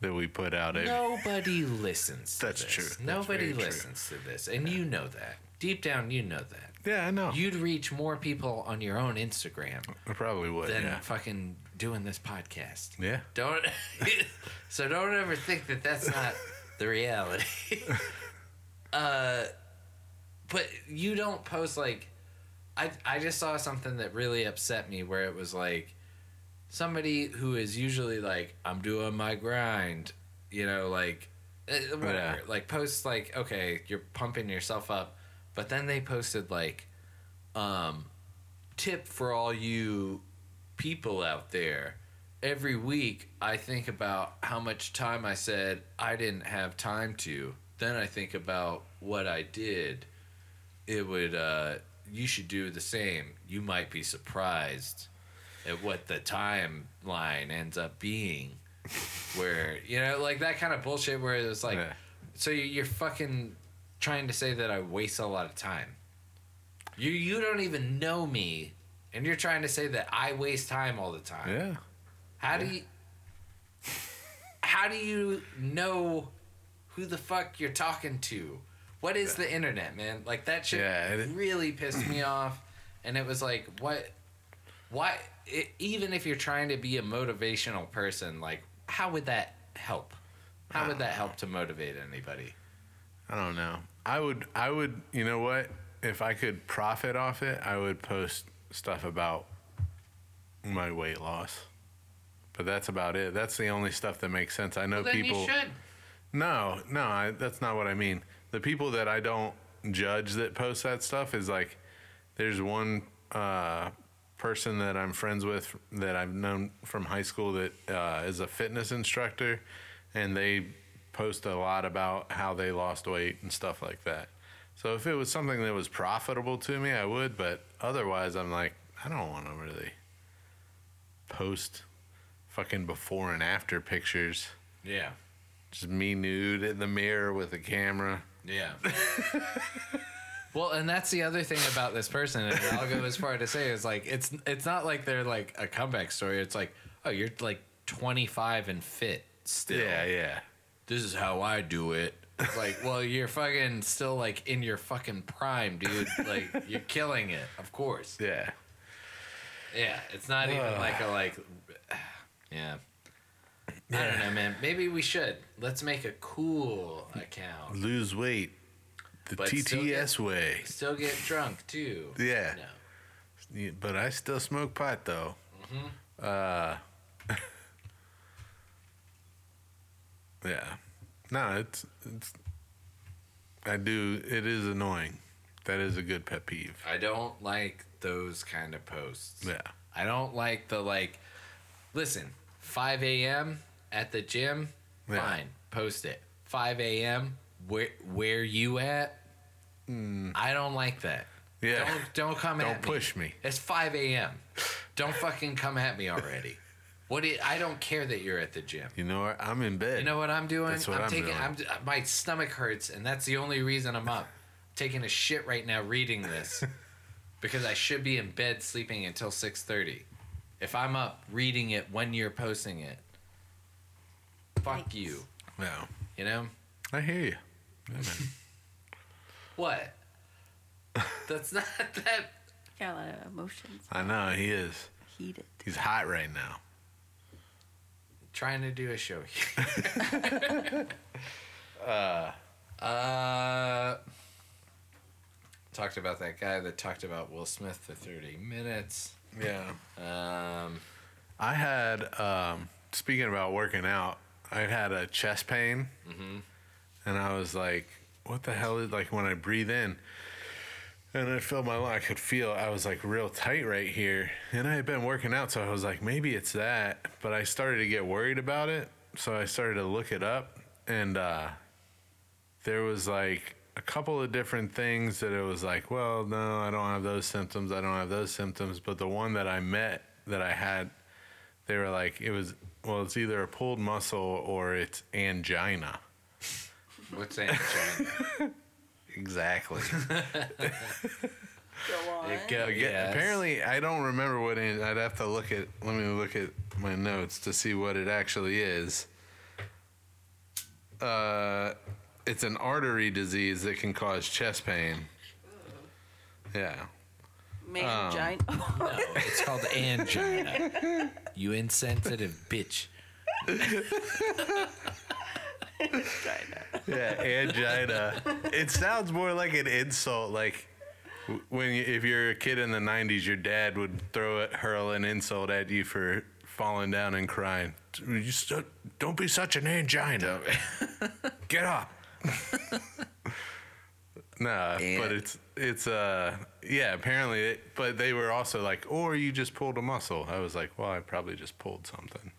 that we put out. every- Nobody listens. To That's this. true. That's Nobody very true. listens to this, and you know that deep down. You know that Yeah, I know. you'd reach more people on your own Instagram I probably would. than Yeah. fucking doing this podcast. Yeah. Don't. so don't ever think that that's not the reality. uh, but you don't post like. I I just saw something that really upset me where it was like, somebody who is usually like I'm doing my grind, you know, like eh, whatever, Yeah. like posts like okay you're pumping yourself up, but then they posted like, um, tip for all you people out there. Every week, I think about how much time I said I didn't have time to. Then I think about what I did. It would, uh, you should do the same. You might be surprised at what the timeline ends up being. Where, you know, like that kind of bullshit where it was like, Yeah. so you- you're fucking trying to say that I waste a lot of time. You, you don't even know me, and you're trying to say that I waste time all the time. Yeah. How do you How do you know who the fuck you're talking to? What is the internet, man? Like that shit Yeah, it- really pissed me off and it was like what why i even if you're trying to be a motivational person, like how would that help? How would Ah. that help to motivate anybody? I don't know. I would. I would. You know what? If I could profit off it, I would post stuff about my weight loss. But that's about it. That's the only stuff that makes sense. I know Then people. you should. No, no, I, that's not what I mean. The people that I don't judge that post that stuff is like, there's one uh, person that I'm friends with that I've known from high school that uh, is a fitness instructor, and they post a lot about how they lost weight and stuff like that. So if it was something that was profitable to me, I would. But otherwise, I'm like, I don't want to really post fucking before and after pictures Yeah. just me nude in the mirror with a camera. Yeah. well, and that's the other thing about this person, and I'll go as far to say is like it's it's not like they're like a comeback story. It's like, oh, you're like 25 and fit still. yeah. This is how I do it. It's like, well, you're fucking still like in your fucking prime, dude. Like you're killing it, of course. Yeah. Yeah, it's not even like a like. Yeah. I don't know, man. Maybe we should. Let's make a cool account. Lose weight the But still TTS way. Still get drunk too. Yeah. No. Yeah, But I still smoke pot though. Uh, yeah. No, it's, it's, I do, it is annoying. That is a good pet peeve. I don't like those kind of posts. Yeah. I don't like the like. Listen, 5 a.m. at the gym, Yeah. fine, post it. 5 a.m. Where where you at? I don't like that. Hmm. Yeah. Don't don't come Don't at me. push me. It's 5 a.m. Don't fucking come at me already. What do you- I don't care that you're at the gym. You know what? I'm in bed. You know what I'm doing? That's what I'm taking. doing. I'm my stomach hurts, and that's the only reason I'm up. taking a shit right now, reading this, because I should be in bed sleeping until six thirty. If I'm up reading it when you're posting it, fuck Yikes. you. No. You know I hear you. what? That's not that. Got a lot of emotions. I know he is. eat it. He's hot right now. Trying to do a show here. uh, uh, talked about that guy that talked about Will Smith for 30 minutes. Yeah. Um, I had um, speaking about working out. I had a chest pain, and I was like, "What the hell?" Is like when I breathe in, and I felt my lung. I could feel I was like real tight right here, and I had been working out, so I was like, maybe it's that. But I started to get worried about it, so I started to look it up, and uh, there was like a couple of different things that it was like, well, no, I don't have those symptoms. I don't have those symptoms. But the one that I met that I had, they were like, it was, well, it's either a pulled muscle or it's angina. what's that? John? Exactly. Go on. yeah, Yes. Apparently, I don't remember what it. I'd have to look at. Let me look at my notes to see what it actually is. Uh, it's an artery disease that can cause chest pain. Yeah. um, Mangina. No, Oh, it's called angina. You insensitive bitch. Yeah, angina. it sounds more like an insult. Like w- when you, if you're a kid in the '90s, your dad would throw it, hurl an insult at you for falling down and crying. You st- don't be such an angina. Get up. nah, but it's it's uh yeah. Apparently, it, but they were also like, or you just pulled a muscle. I was like, well, I probably just pulled something.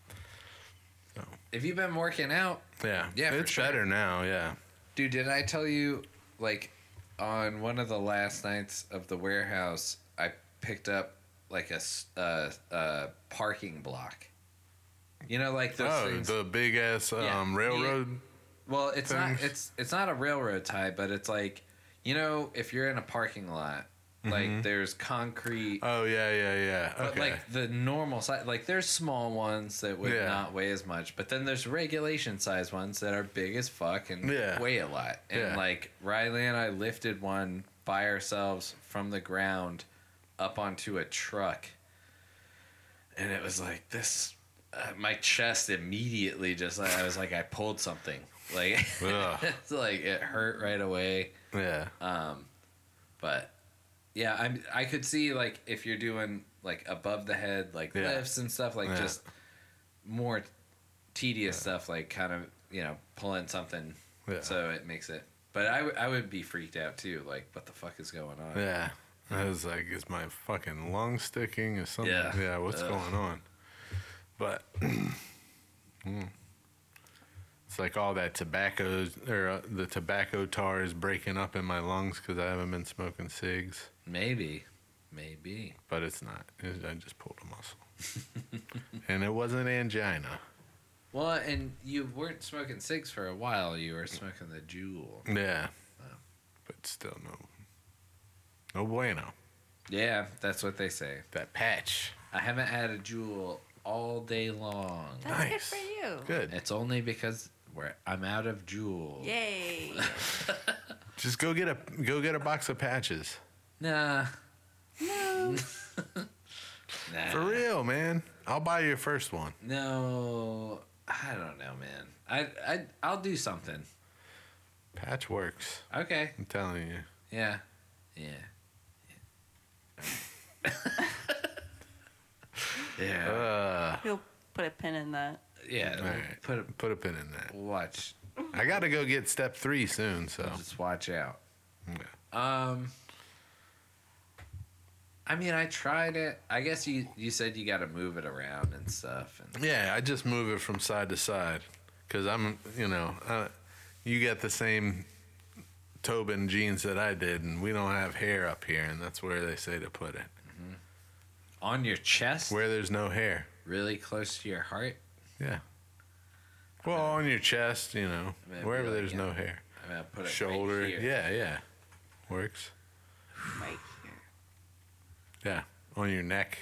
If you've been working out, Yeah, Yeah, for It's sure. better now. Yeah. Dude, did I tell you, like, on one of the last nights of the warehouse, I picked up like a s- uh, uh, parking block. You know, like those oh, things. the big ass um, Yeah. railroad. well, it's not things. it's it's not a railroad tie, but it's like, you know, if you're in a parking lot, Mm-hmm. like there's concrete. Oh yeah, yeah, yeah. But okay. like the normal size, like there's small ones that would Yeah. not weigh as much, but then there's regulation size ones that are big as fuck and Yeah. weigh a lot. And Yeah. like Riley and I lifted one by ourselves from the ground up onto a truck, and it was like this. Uh, my chest immediately just like I was like I pulled something like Ugh. it's like it hurt right away. yeah. Uh, But yeah, I'm I could see like if you're doing like above the head like Yeah. lifts and stuff like Yeah. just more tedious stuff like kind of you know pulling something Yeah. so uh, it makes it. But I, w- I would be freaked out too. Like what the fuck is going on? yeah. I was like, is my fucking lung sticking or something? Yeah. Yeah. what's Ugh. going on? But Mm. it's like all that tobacco or uh, the tobacco tar is breaking up in my lungs because I haven't been smoking cigs. Maybe, maybe. But it's not. It, I just pulled a muscle, and it wasn't angina. Well, and you weren't smoking cigs for a while. You were smoking the jewel. Yeah. But still, no. No bueno. Yeah, that's what they say. That patch. I haven't had a jewel all day long. That's good Nice. for Oh, you. Good. It's only because we're I'm out of jewel. Yay. Just go get a go get a box of patches. Nah. No. Nah. For real, man. I'll buy your first one. No, I don't know, man. I I I'll do something. Patch works. Okay. I'm telling you. Yeah. Yeah. Yeah. yeah. Uh, He'll put a pin in that. yeah. all right. Put a Put a pin in that. watch. I got to go get step three soon. So Just watch out. yeah. Um. I mean, I tried it. I guess you you said you got to move it around and stuff. And yeah, I just move it from side to side because I'm you know uh, you got the same Tobin jeans that I did, and we don't have hair up here, and that's where they say to put it. on your chest, Where there's no hair. really close to your heart. Yeah. Well, on your chest, you know, I mean, I'd wherever be like, there's yeah. no hair. I'm gonna put it right shoulder. here. yeah, yeah. Works. Right here. Yeah. On your neck.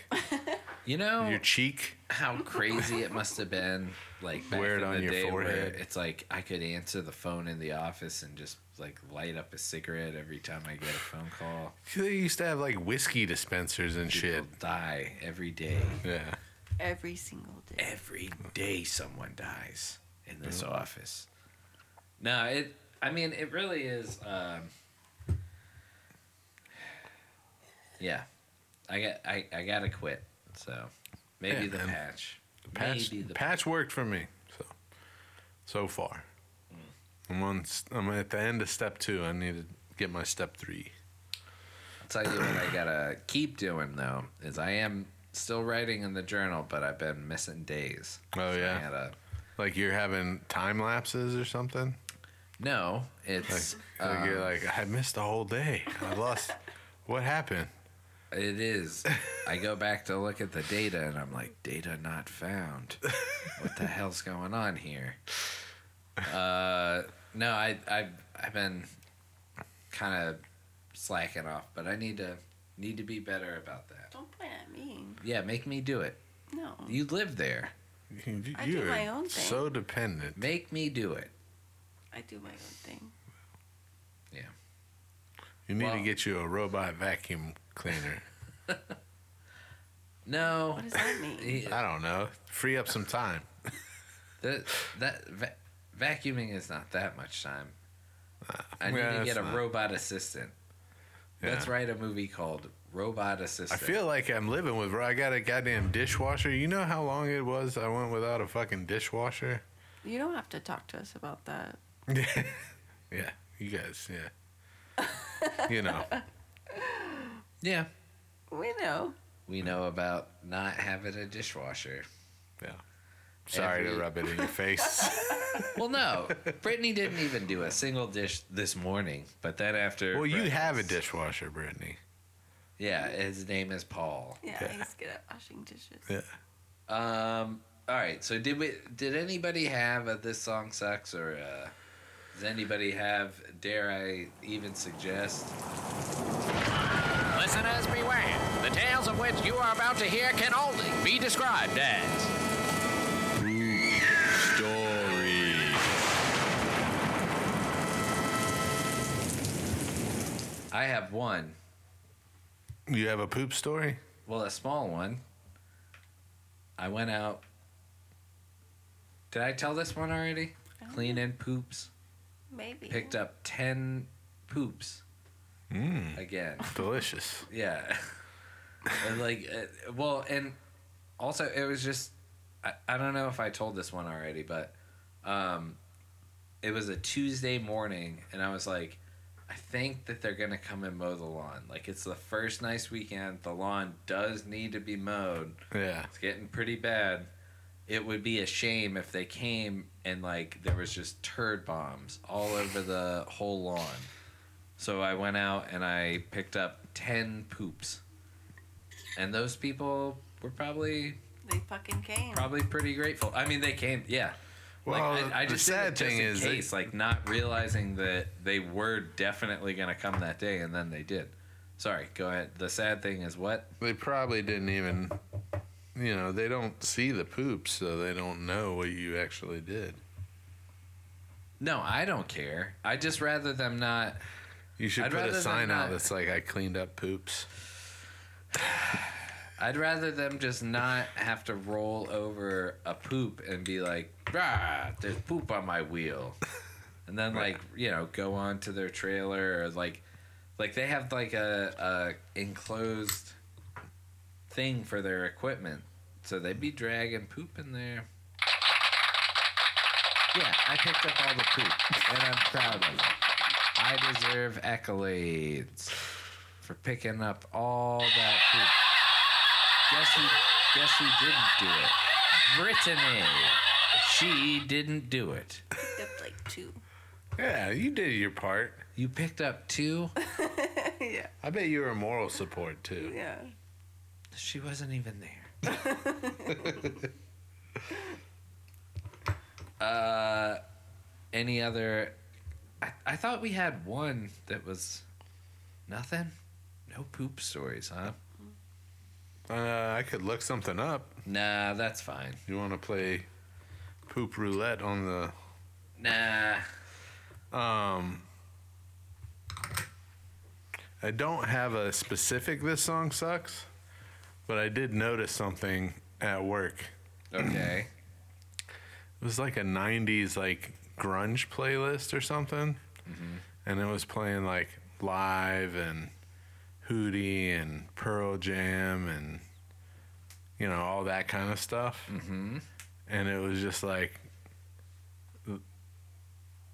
You know Your cheek. how crazy it must have been, like back Wear it in on the your day forehead. where it's like I could answer the phone in the office and just like light up a cigarette every time I get a phone call. They used to have like whiskey dispensers and shit. People die every day. Yeah. every single day. Every day someone dies in this office. No, it. I mean, it really is. Um, yeah, I got. I, I gotta quit. So maybe Yeah, the man. patch. Patch, maybe the patch worked for me. So, so far, Hmm. I'm on. s- I'm at the end of step two. I need to get my step three. tell you what I gotta keep doing though is I am still writing in the journal, but I've been missing days. Oh, So I yeah? gotta- Like you're having time lapses or something. no, it's Like um, you're like, I missed a whole day. I lost. what happened? it is. I go back to look at the data and I'm like, data not found. What the hell's going on here? Uh, no, I I I've been kind of slacking off, but I need to need to be better about that. Don't point at me. Yeah, make me do it. No. You live there. You, I do you're my own thing. so dependent. Make me do it. I do my own thing. You need to Well- get you a robot vacuum cleaner. No. What does that mean? I don't know. Free up some time. That that va- vacuuming is not that much time. I need yeah, to get that's a not- robot assistant. Let's Yeah. write a movie called Robot Assistant. I feel like I'm living with. I got a goddamn dishwasher. You know how long it was I went without a fucking dishwasher. You don't have to talk to us about that. yeah, you guys. Yeah, you know. yeah. We know. We know about not having a dishwasher. Yeah. Sorry to Every- rub it in your face. Well, no, Brittany didn't even do a single dish this morning. But then after, well, you have a breakfast- dishwasher, Brittany. Yeah, his name is Paul. Yeah, I just get at washing dishes. Yeah. Um. All right. So did we? Did anybody have a this song sucks or uh, does anybody have? Dare I even suggest? Listeners beware. The tales of which you are about to hear can only be described as. I have one. You have a poop story? Well, a small one. I went out. Did I tell this one already? don't Cleaning poops. Maybe. Picked up 10 poops Mmm, again. delicious. Yeah. and like, uh, well, and also it was just, I, I don't know if I told this one already, but um, it was a Tuesday morning, and I was like, I think that they're gonna come and mow the lawn. Like it's the first nice weekend. The lawn does need to be mowed. Yeah. It's getting pretty bad. It would be a shame if they came and like there was just turd bombs all over the whole lawn. So I went out and I picked up 10 poops. And those people were probably They fucking came. probably pretty grateful. I mean, they came, yeah. Well, like, I, I the just did it sad just thing in is, case, like not realizing that they were definitely going to come that day, and then they did. Sorry, go ahead. The sad thing is what? they, they probably didn't even, you know, they don't see the poop, so they don't know what you actually did. No, I don't care. I just rather them not You should I'd put rather a them sign out not- that's like, I cleaned up poops. I'd rather them just not have to roll over a poop and be like, ah, there's poop on my wheel. And then like, you know, go on to their trailer or like like they have like a, a enclosed thing for their equipment. So they'd be dragging poop in there. Yeah, I picked up all the poop and I'm proud of it. I deserve accolades for picking up all that poop. Guess who? Guess who didn't do it? Brittany. She didn't do it. Picked up like two. Yeah, you did your part. You picked up two. yeah. I bet you were a moral support too. Yeah. She wasn't even there. uh, any other? I, I thought we had one that was nothing. No poop stories, huh? Uh, I could look something up. Nah, that's fine. You want to play poop roulette on the Nah. um I don't have a specific this song sucks, but I did notice something at work. Okay. It was like a 90s like grunge playlist or something. And it was playing like Live and Hootie and Pearl Jam and you know all that kind of stuff. hmm and it was just like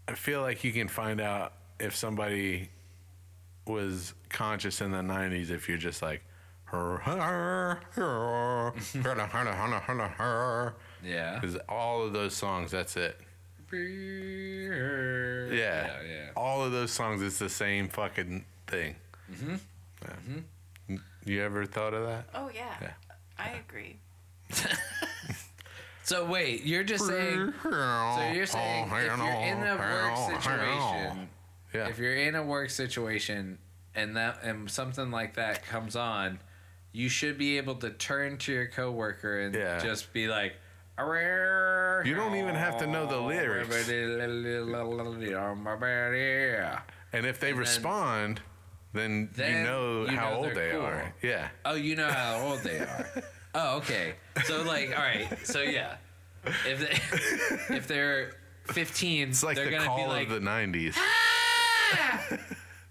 I feel like you can find out if somebody was conscious in the 90s if you're just like because Yeah. all of those songs that's it Yeah. yeah. Yeah. all of those songs it's the same fucking thing Mm-hmm. yeah. you ever thought of that Oh yeah. Yeah. I agree. So wait, you're just saying. So Oh, you're saying if you're in a work situation, yeah if you're in a work situation, and that and something like that comes on, you should be able to turn to your coworker and Yeah. just be like. "Oh, You don't even have to know the lyrics. And if they And then- respond, then, you Then know you how know old they're they cool. are. Yeah. Oh, you know how old they are. Oh, okay. So like, all right. So yeah, if they if they're 15, It's like they're the gonna be call like, "Ah!" of the 90s.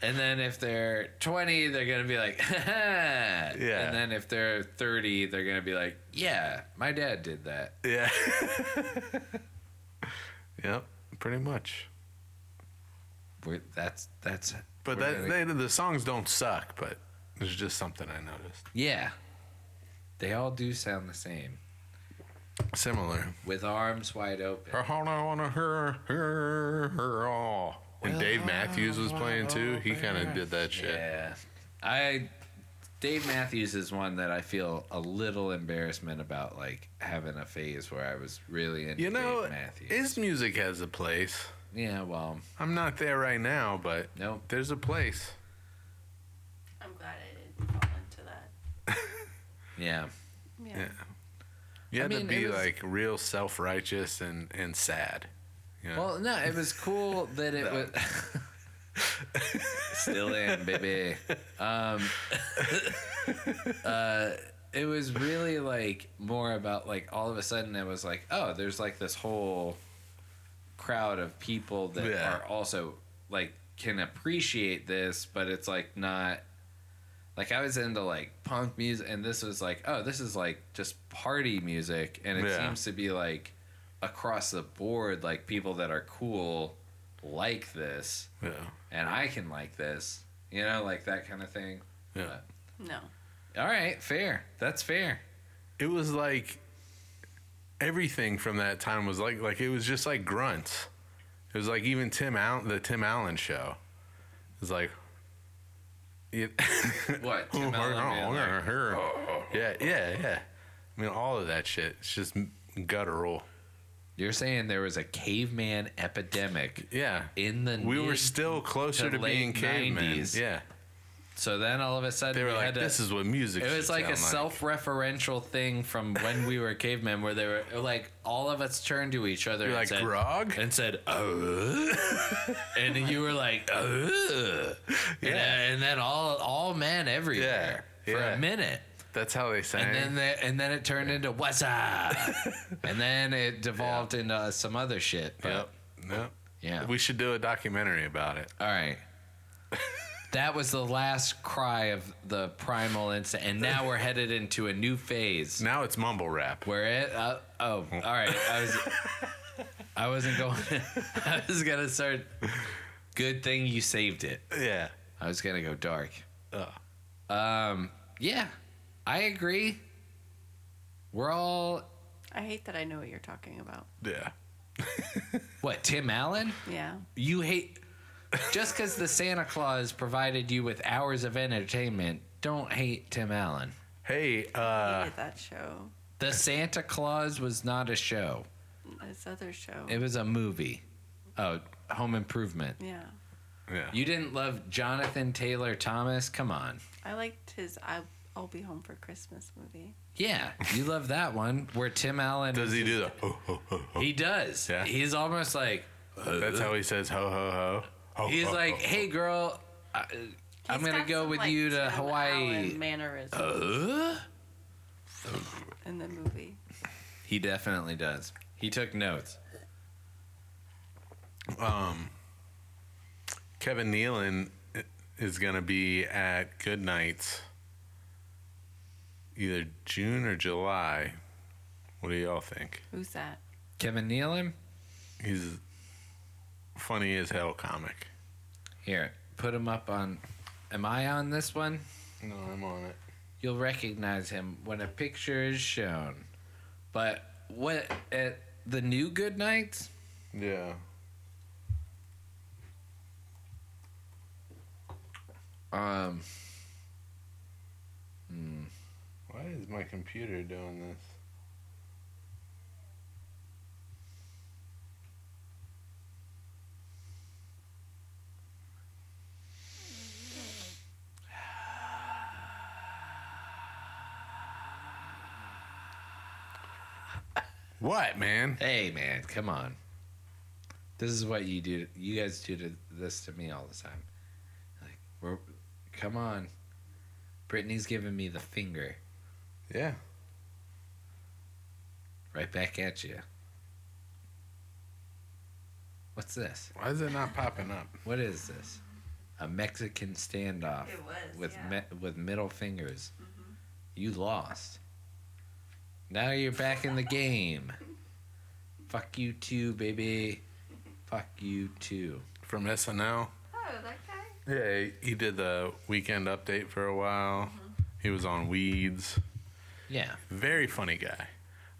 and then if they're 20, they're gonna be like, yeah. And then if they're 30, they're gonna be like, yeah, my dad did that. yeah. yep, pretty much. We're, that's that's. But we're that, gonna- they, the songs don't suck, but there's just something I noticed. yeah, they all do sound the same Similar. with arms wide open. Hold on, wanna her, her, her, oh. And Dave Matthews was playing too. He kind of did that shit. Yeah. I Dave Matthews is one that I feel a little embarrassment about like having a phase where I was really into You know, Dave Matthews. his music has a place. yeah, well, I'm not there right now, but nope. there's a place. I'm glad I didn't fall into that. Yeah. Yeah. Yeah. You I had mean, to be it was- like real self righteous and, and sad. You know? Well, no, it was cool that it was still in, baby. Um uh it was really like more about like all of a sudden it was like, oh, there's like this whole crowd of people that Yeah. are also like can appreciate this, but it's like not like I was into like punk music and this was like, oh, this is like just party music and it Yeah. seems to be like across the board like people that are cool like this yeah. and I can like this. You know, like that kind of thing. Yeah. No. All right, fair. That's fair. It was like everything from that time was like like it was just like grunts. It was like even Tim Allen the Tim Allen show. It was like it, What? Tim oh, Allen being like, oh. yeah, yeah, yeah. I mean all of that shit. It's just guttural. You're saying there was a caveman epidemic Yeah. in the We were mid- still closer to to, being late cavemen. 90s. Yeah. So then all of a sudden They were we like, had to, this is what music It should was like a sound self-referential thing from when we were cavemen, where they were like all of us turned to each other You're and like, said, grog? and said, "Uh," and you were like, "Uh," yeah, and then all all men everywhere Yeah, for yeah. a minute, That's how they sang. and then they, and then it turned into what's up, and then it devolved into uh, some other shit. But Yep. Yep. yeah, We should do a documentary about it. all right. That was the last cry of the primal instant, and now we're headed into a new phase. Now it's mumble rap. Where it? Uh, oh, all right. I was, I wasn't going. I was gonna start. Good thing you saved it. Yeah. Uh, I was gonna go dark. Ugh. Um. Yeah, I agree. We're all I hate that I know what you're talking about. Yeah. what? Tim Allen? Yeah. You hate just because the Santa Claus provided you with hours of entertainment. Don't hate Tim Allen. Hey, I uh, hated that show. The Santa Claus was not a show. This other show. It was a movie. Oh, Home Improvement. yeah. yeah. You didn't love Jonathan Taylor Thomas? Come on. I liked his I I'll Be Home for Christmas movie. Yeah, you love that one where Tim Allen. Does he do the? He does. Yeah. He's almost like That's how he says ho ho ho. Ho, he's ho, like, ho. "Hey, girl, I, I'm He's gonna got go some, with like, you to Tim Hawaii." Allen mannerisms Uh? in the movie. He definitely does. He took notes. Kevin Nealon is gonna be at Good Nights, either June or July. What do y'all think? Who's that? Kevin Nealon, He's funny as hell comic. here, put him up on. Am I on this one? No, I'm on it. You'll recognize him when a picture is shown. But what at the new Good Nights? Yeah. Um, Why is my computer doing this? What, man? hey man, come on. This is what you do. You guys do to, this to me all the time. Like, we're, come on. Brittany's giving me the finger Yeah. right back at you. What's this? Why is it not popping up? What is this? A Mexican standoff It was, with yeah. Mm-hmm. me- with middle fingers. You lost. Now you're back in the game. Fuck you too, baby. Fuck you too. From SNL? Oh, that guy. Yeah, he- he did the weekend update for a while. He was on Weeds. Yeah. Very funny guy.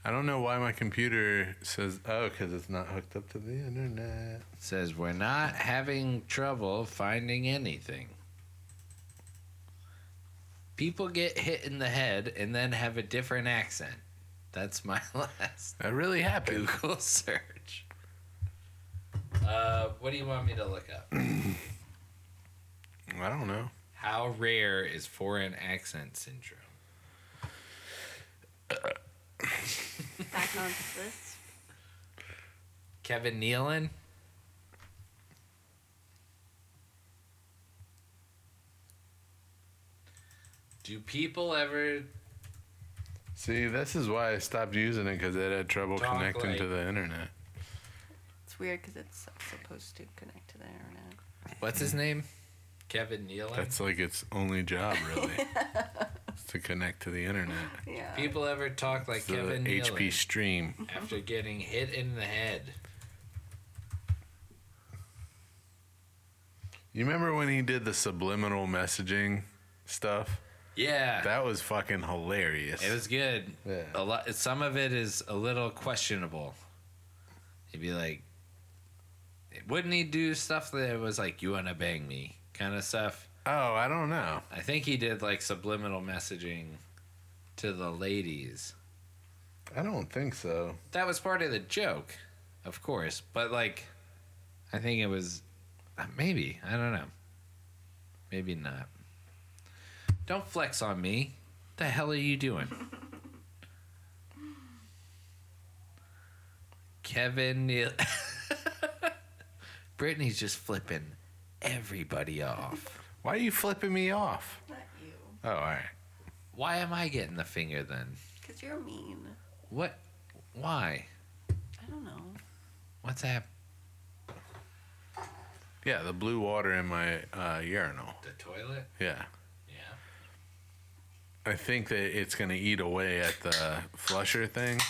I don't know why my computer says, oh, because it's not hooked up to the internet. Says we're not having trouble finding anything. People get hit in the head and then have a different accent. That's my last That really happened. Google search. Uh, what do you want me to look up? I don't know. How rare is foreign accent syndrome? Back on this. Kevin Nealon? Do people ever See, this is why I stopped using it because it had trouble Talk connecting to like- the internet. It's weird because it's supposed to connect to the internet. what's his name? Kevin Nealon? That's like its only job, really, is to connect to the internet. Yeah. people ever talk like The Kevin HP Nealon Stream. after getting hit in the head. You remember when he did the subliminal messaging stuff? Yeah. That was fucking hilarious. It was good. Yeah. A lot. Some of it is a little questionable. He'd be like, "Wouldn't he do stuff that was like you wanna bang me?" kind of stuff? Oh, I don't know. I think he did like subliminal messaging to the ladies. I don't think so. That was part of the joke, of course. But like, I think it was uh, maybe I don't know. Maybe not. Don't flex on me. The hell are you doing? Kevin Neal. Brittany's just flipping everybody off. Why are you flipping me off? Not you. Oh, all right. Why am I getting the finger then? Because you're mean. What? Why? I don't know. What's happening? Yeah, the blue water in my uh, urinal. The toilet? Yeah. Yeah. I think that it's going to eat away at the flusher thing.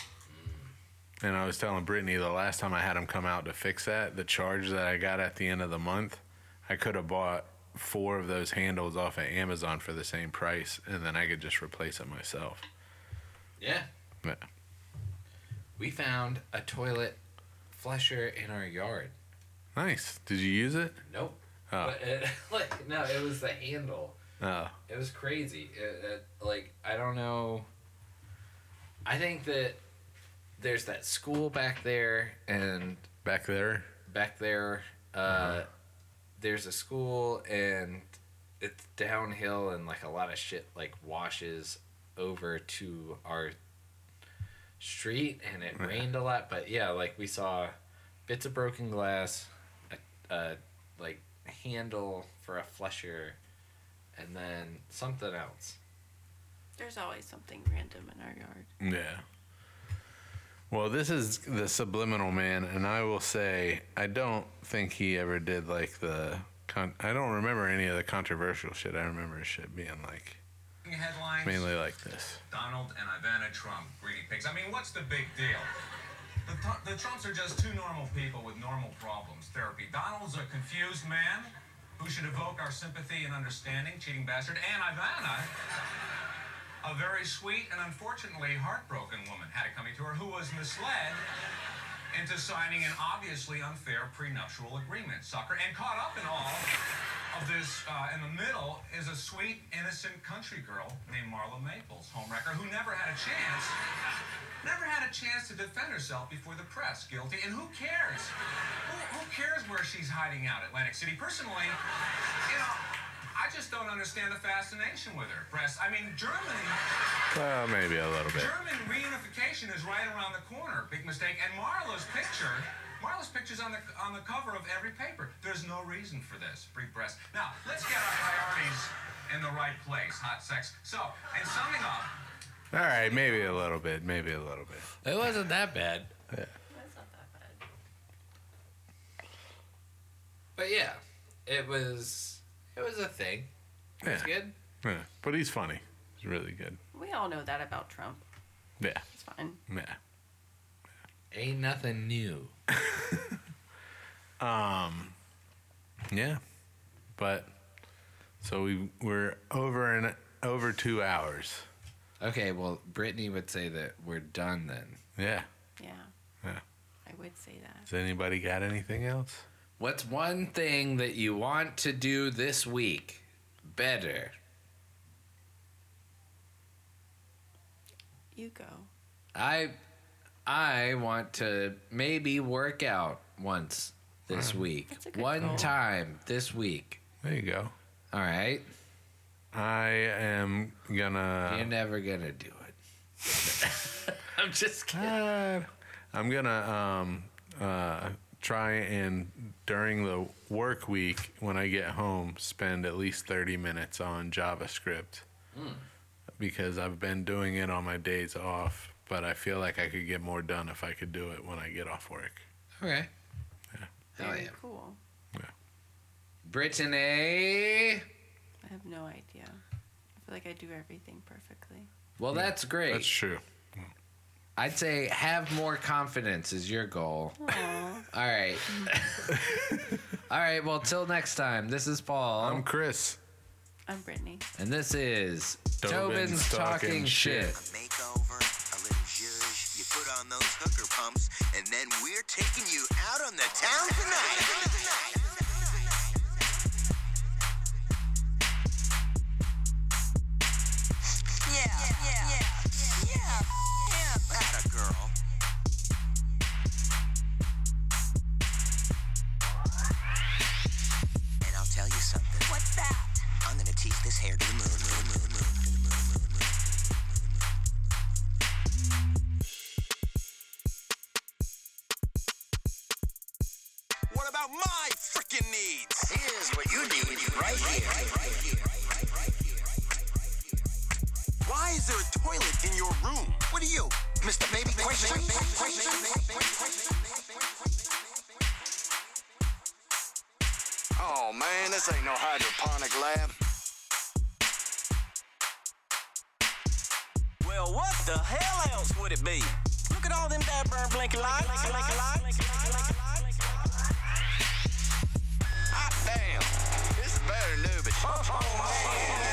And I was telling Brittany the last time I had him come out to fix that, the charge that I got at the end of the month, I could have bought four of those handles off of Amazon for the same price, and then I could just replace it myself. Yeah. Yeah. We found a toilet flusher in our yard. Nice. Did you use it? Nope. Oh. But it, like no, it was the handle. Oh. It was crazy. It, it, like I don't know. I think that there's that school back there and Back there? Uh-huh. back there. Uh, There's a school and it's downhill and like a lot of shit like washes over to our street and it rained a lot but yeah like we saw bits of broken glass a, a like handle for a flusher and then something else There's always something random in our yard. Yeah. Well, this is the subliminal man, and I will say I don't think he ever did like the. Con- I don't remember any of the controversial shit. I remember his shit being like Headlines. mainly like this. Donald and Ivana Trump, greedy pigs. I mean, what's the big deal? The, Tru- the Trumps are just two normal people with normal problems. Therapy. Donald's a confused man who should evoke our sympathy and understanding, cheating bastard, and Ivana, a very sweet and unfortunately heartbroken woman, had it coming to her, who was misled into signing an obviously unfair prenuptial agreement, sucker, and caught up in all of this uh, in the middle is a sweet, innocent country girl named Marla Maples, homewrecker, who never had a chance, never had a chance to defend herself before the press. Guilty, and who cares? Who, who cares where she's hiding out? Atlantic City. Personally, you know, I just don't understand the fascination with her. Breast. I mean, Germany. Well, maybe a little bit. German reunification is right around the corner. Big mistake. And Marla's picture, Marla's picture's on the on the cover of every paper. There's no reason for this. Free press. Now let's get our priorities in the right place. Hot sex. So, and summing up, All right, maybe a little bit. Maybe a little bit. it wasn't that bad That's not that bad. but yeah it was it was a thing it was Yeah. good yeah. But he's funny. He's really good. We all know that about Trump. Yeah. It's fine. Yeah. ain't nothing new Yeah. But so we we're over and over two hours. okay well brittany would say that we're done then Yeah. Yeah. Yeah. I would say that. Has anybody got anything else? What's one thing that you want to do this week better? You go. I I want to maybe work out once this week. That's a good One goal. time this week. There you go. All right. I am You're gonna. never going to do it. I'm just kidding. God. Ah, I'm gonna um, uh, try and during the work week when I get home, spend at least 30 minutes on JavaScript because I've been doing it on my days off. But I feel like I could get more done if I could do it when I get off work. Okay. Hell Very yeah. cool. Brittany. I have no idea. I feel like I do everything perfectly. Well, that's great. That's true. I'd say have more confidence is your goal. Aw. All right. All right. Well, till next time. This is Paul. I'm Chris. I'm Brittany. And this is Tobin's Tobin's Talking Talking Shit. Shit. makeover, a little zhuzh. You put on those hooker pumps, and then we're taking you out on the town tonight. Yeah, yeah, yeah, yeah, yeah. Atta girl. And I'll tell you something. What's that? I'm gonna teach this hair to the moon, moon, moon, moon, moon, moon, moon, moon. What about my freaking needs? Here's what you need right here. Why is there a toilet in your room? What are you, Mr. Baby Question? Oh man, this ain't no hydroponic lab. Well, what the hell else would it be? Look at all them that burn blinking lights. Blinking lights. Hot damn. This is better than Nubis. Oh, man.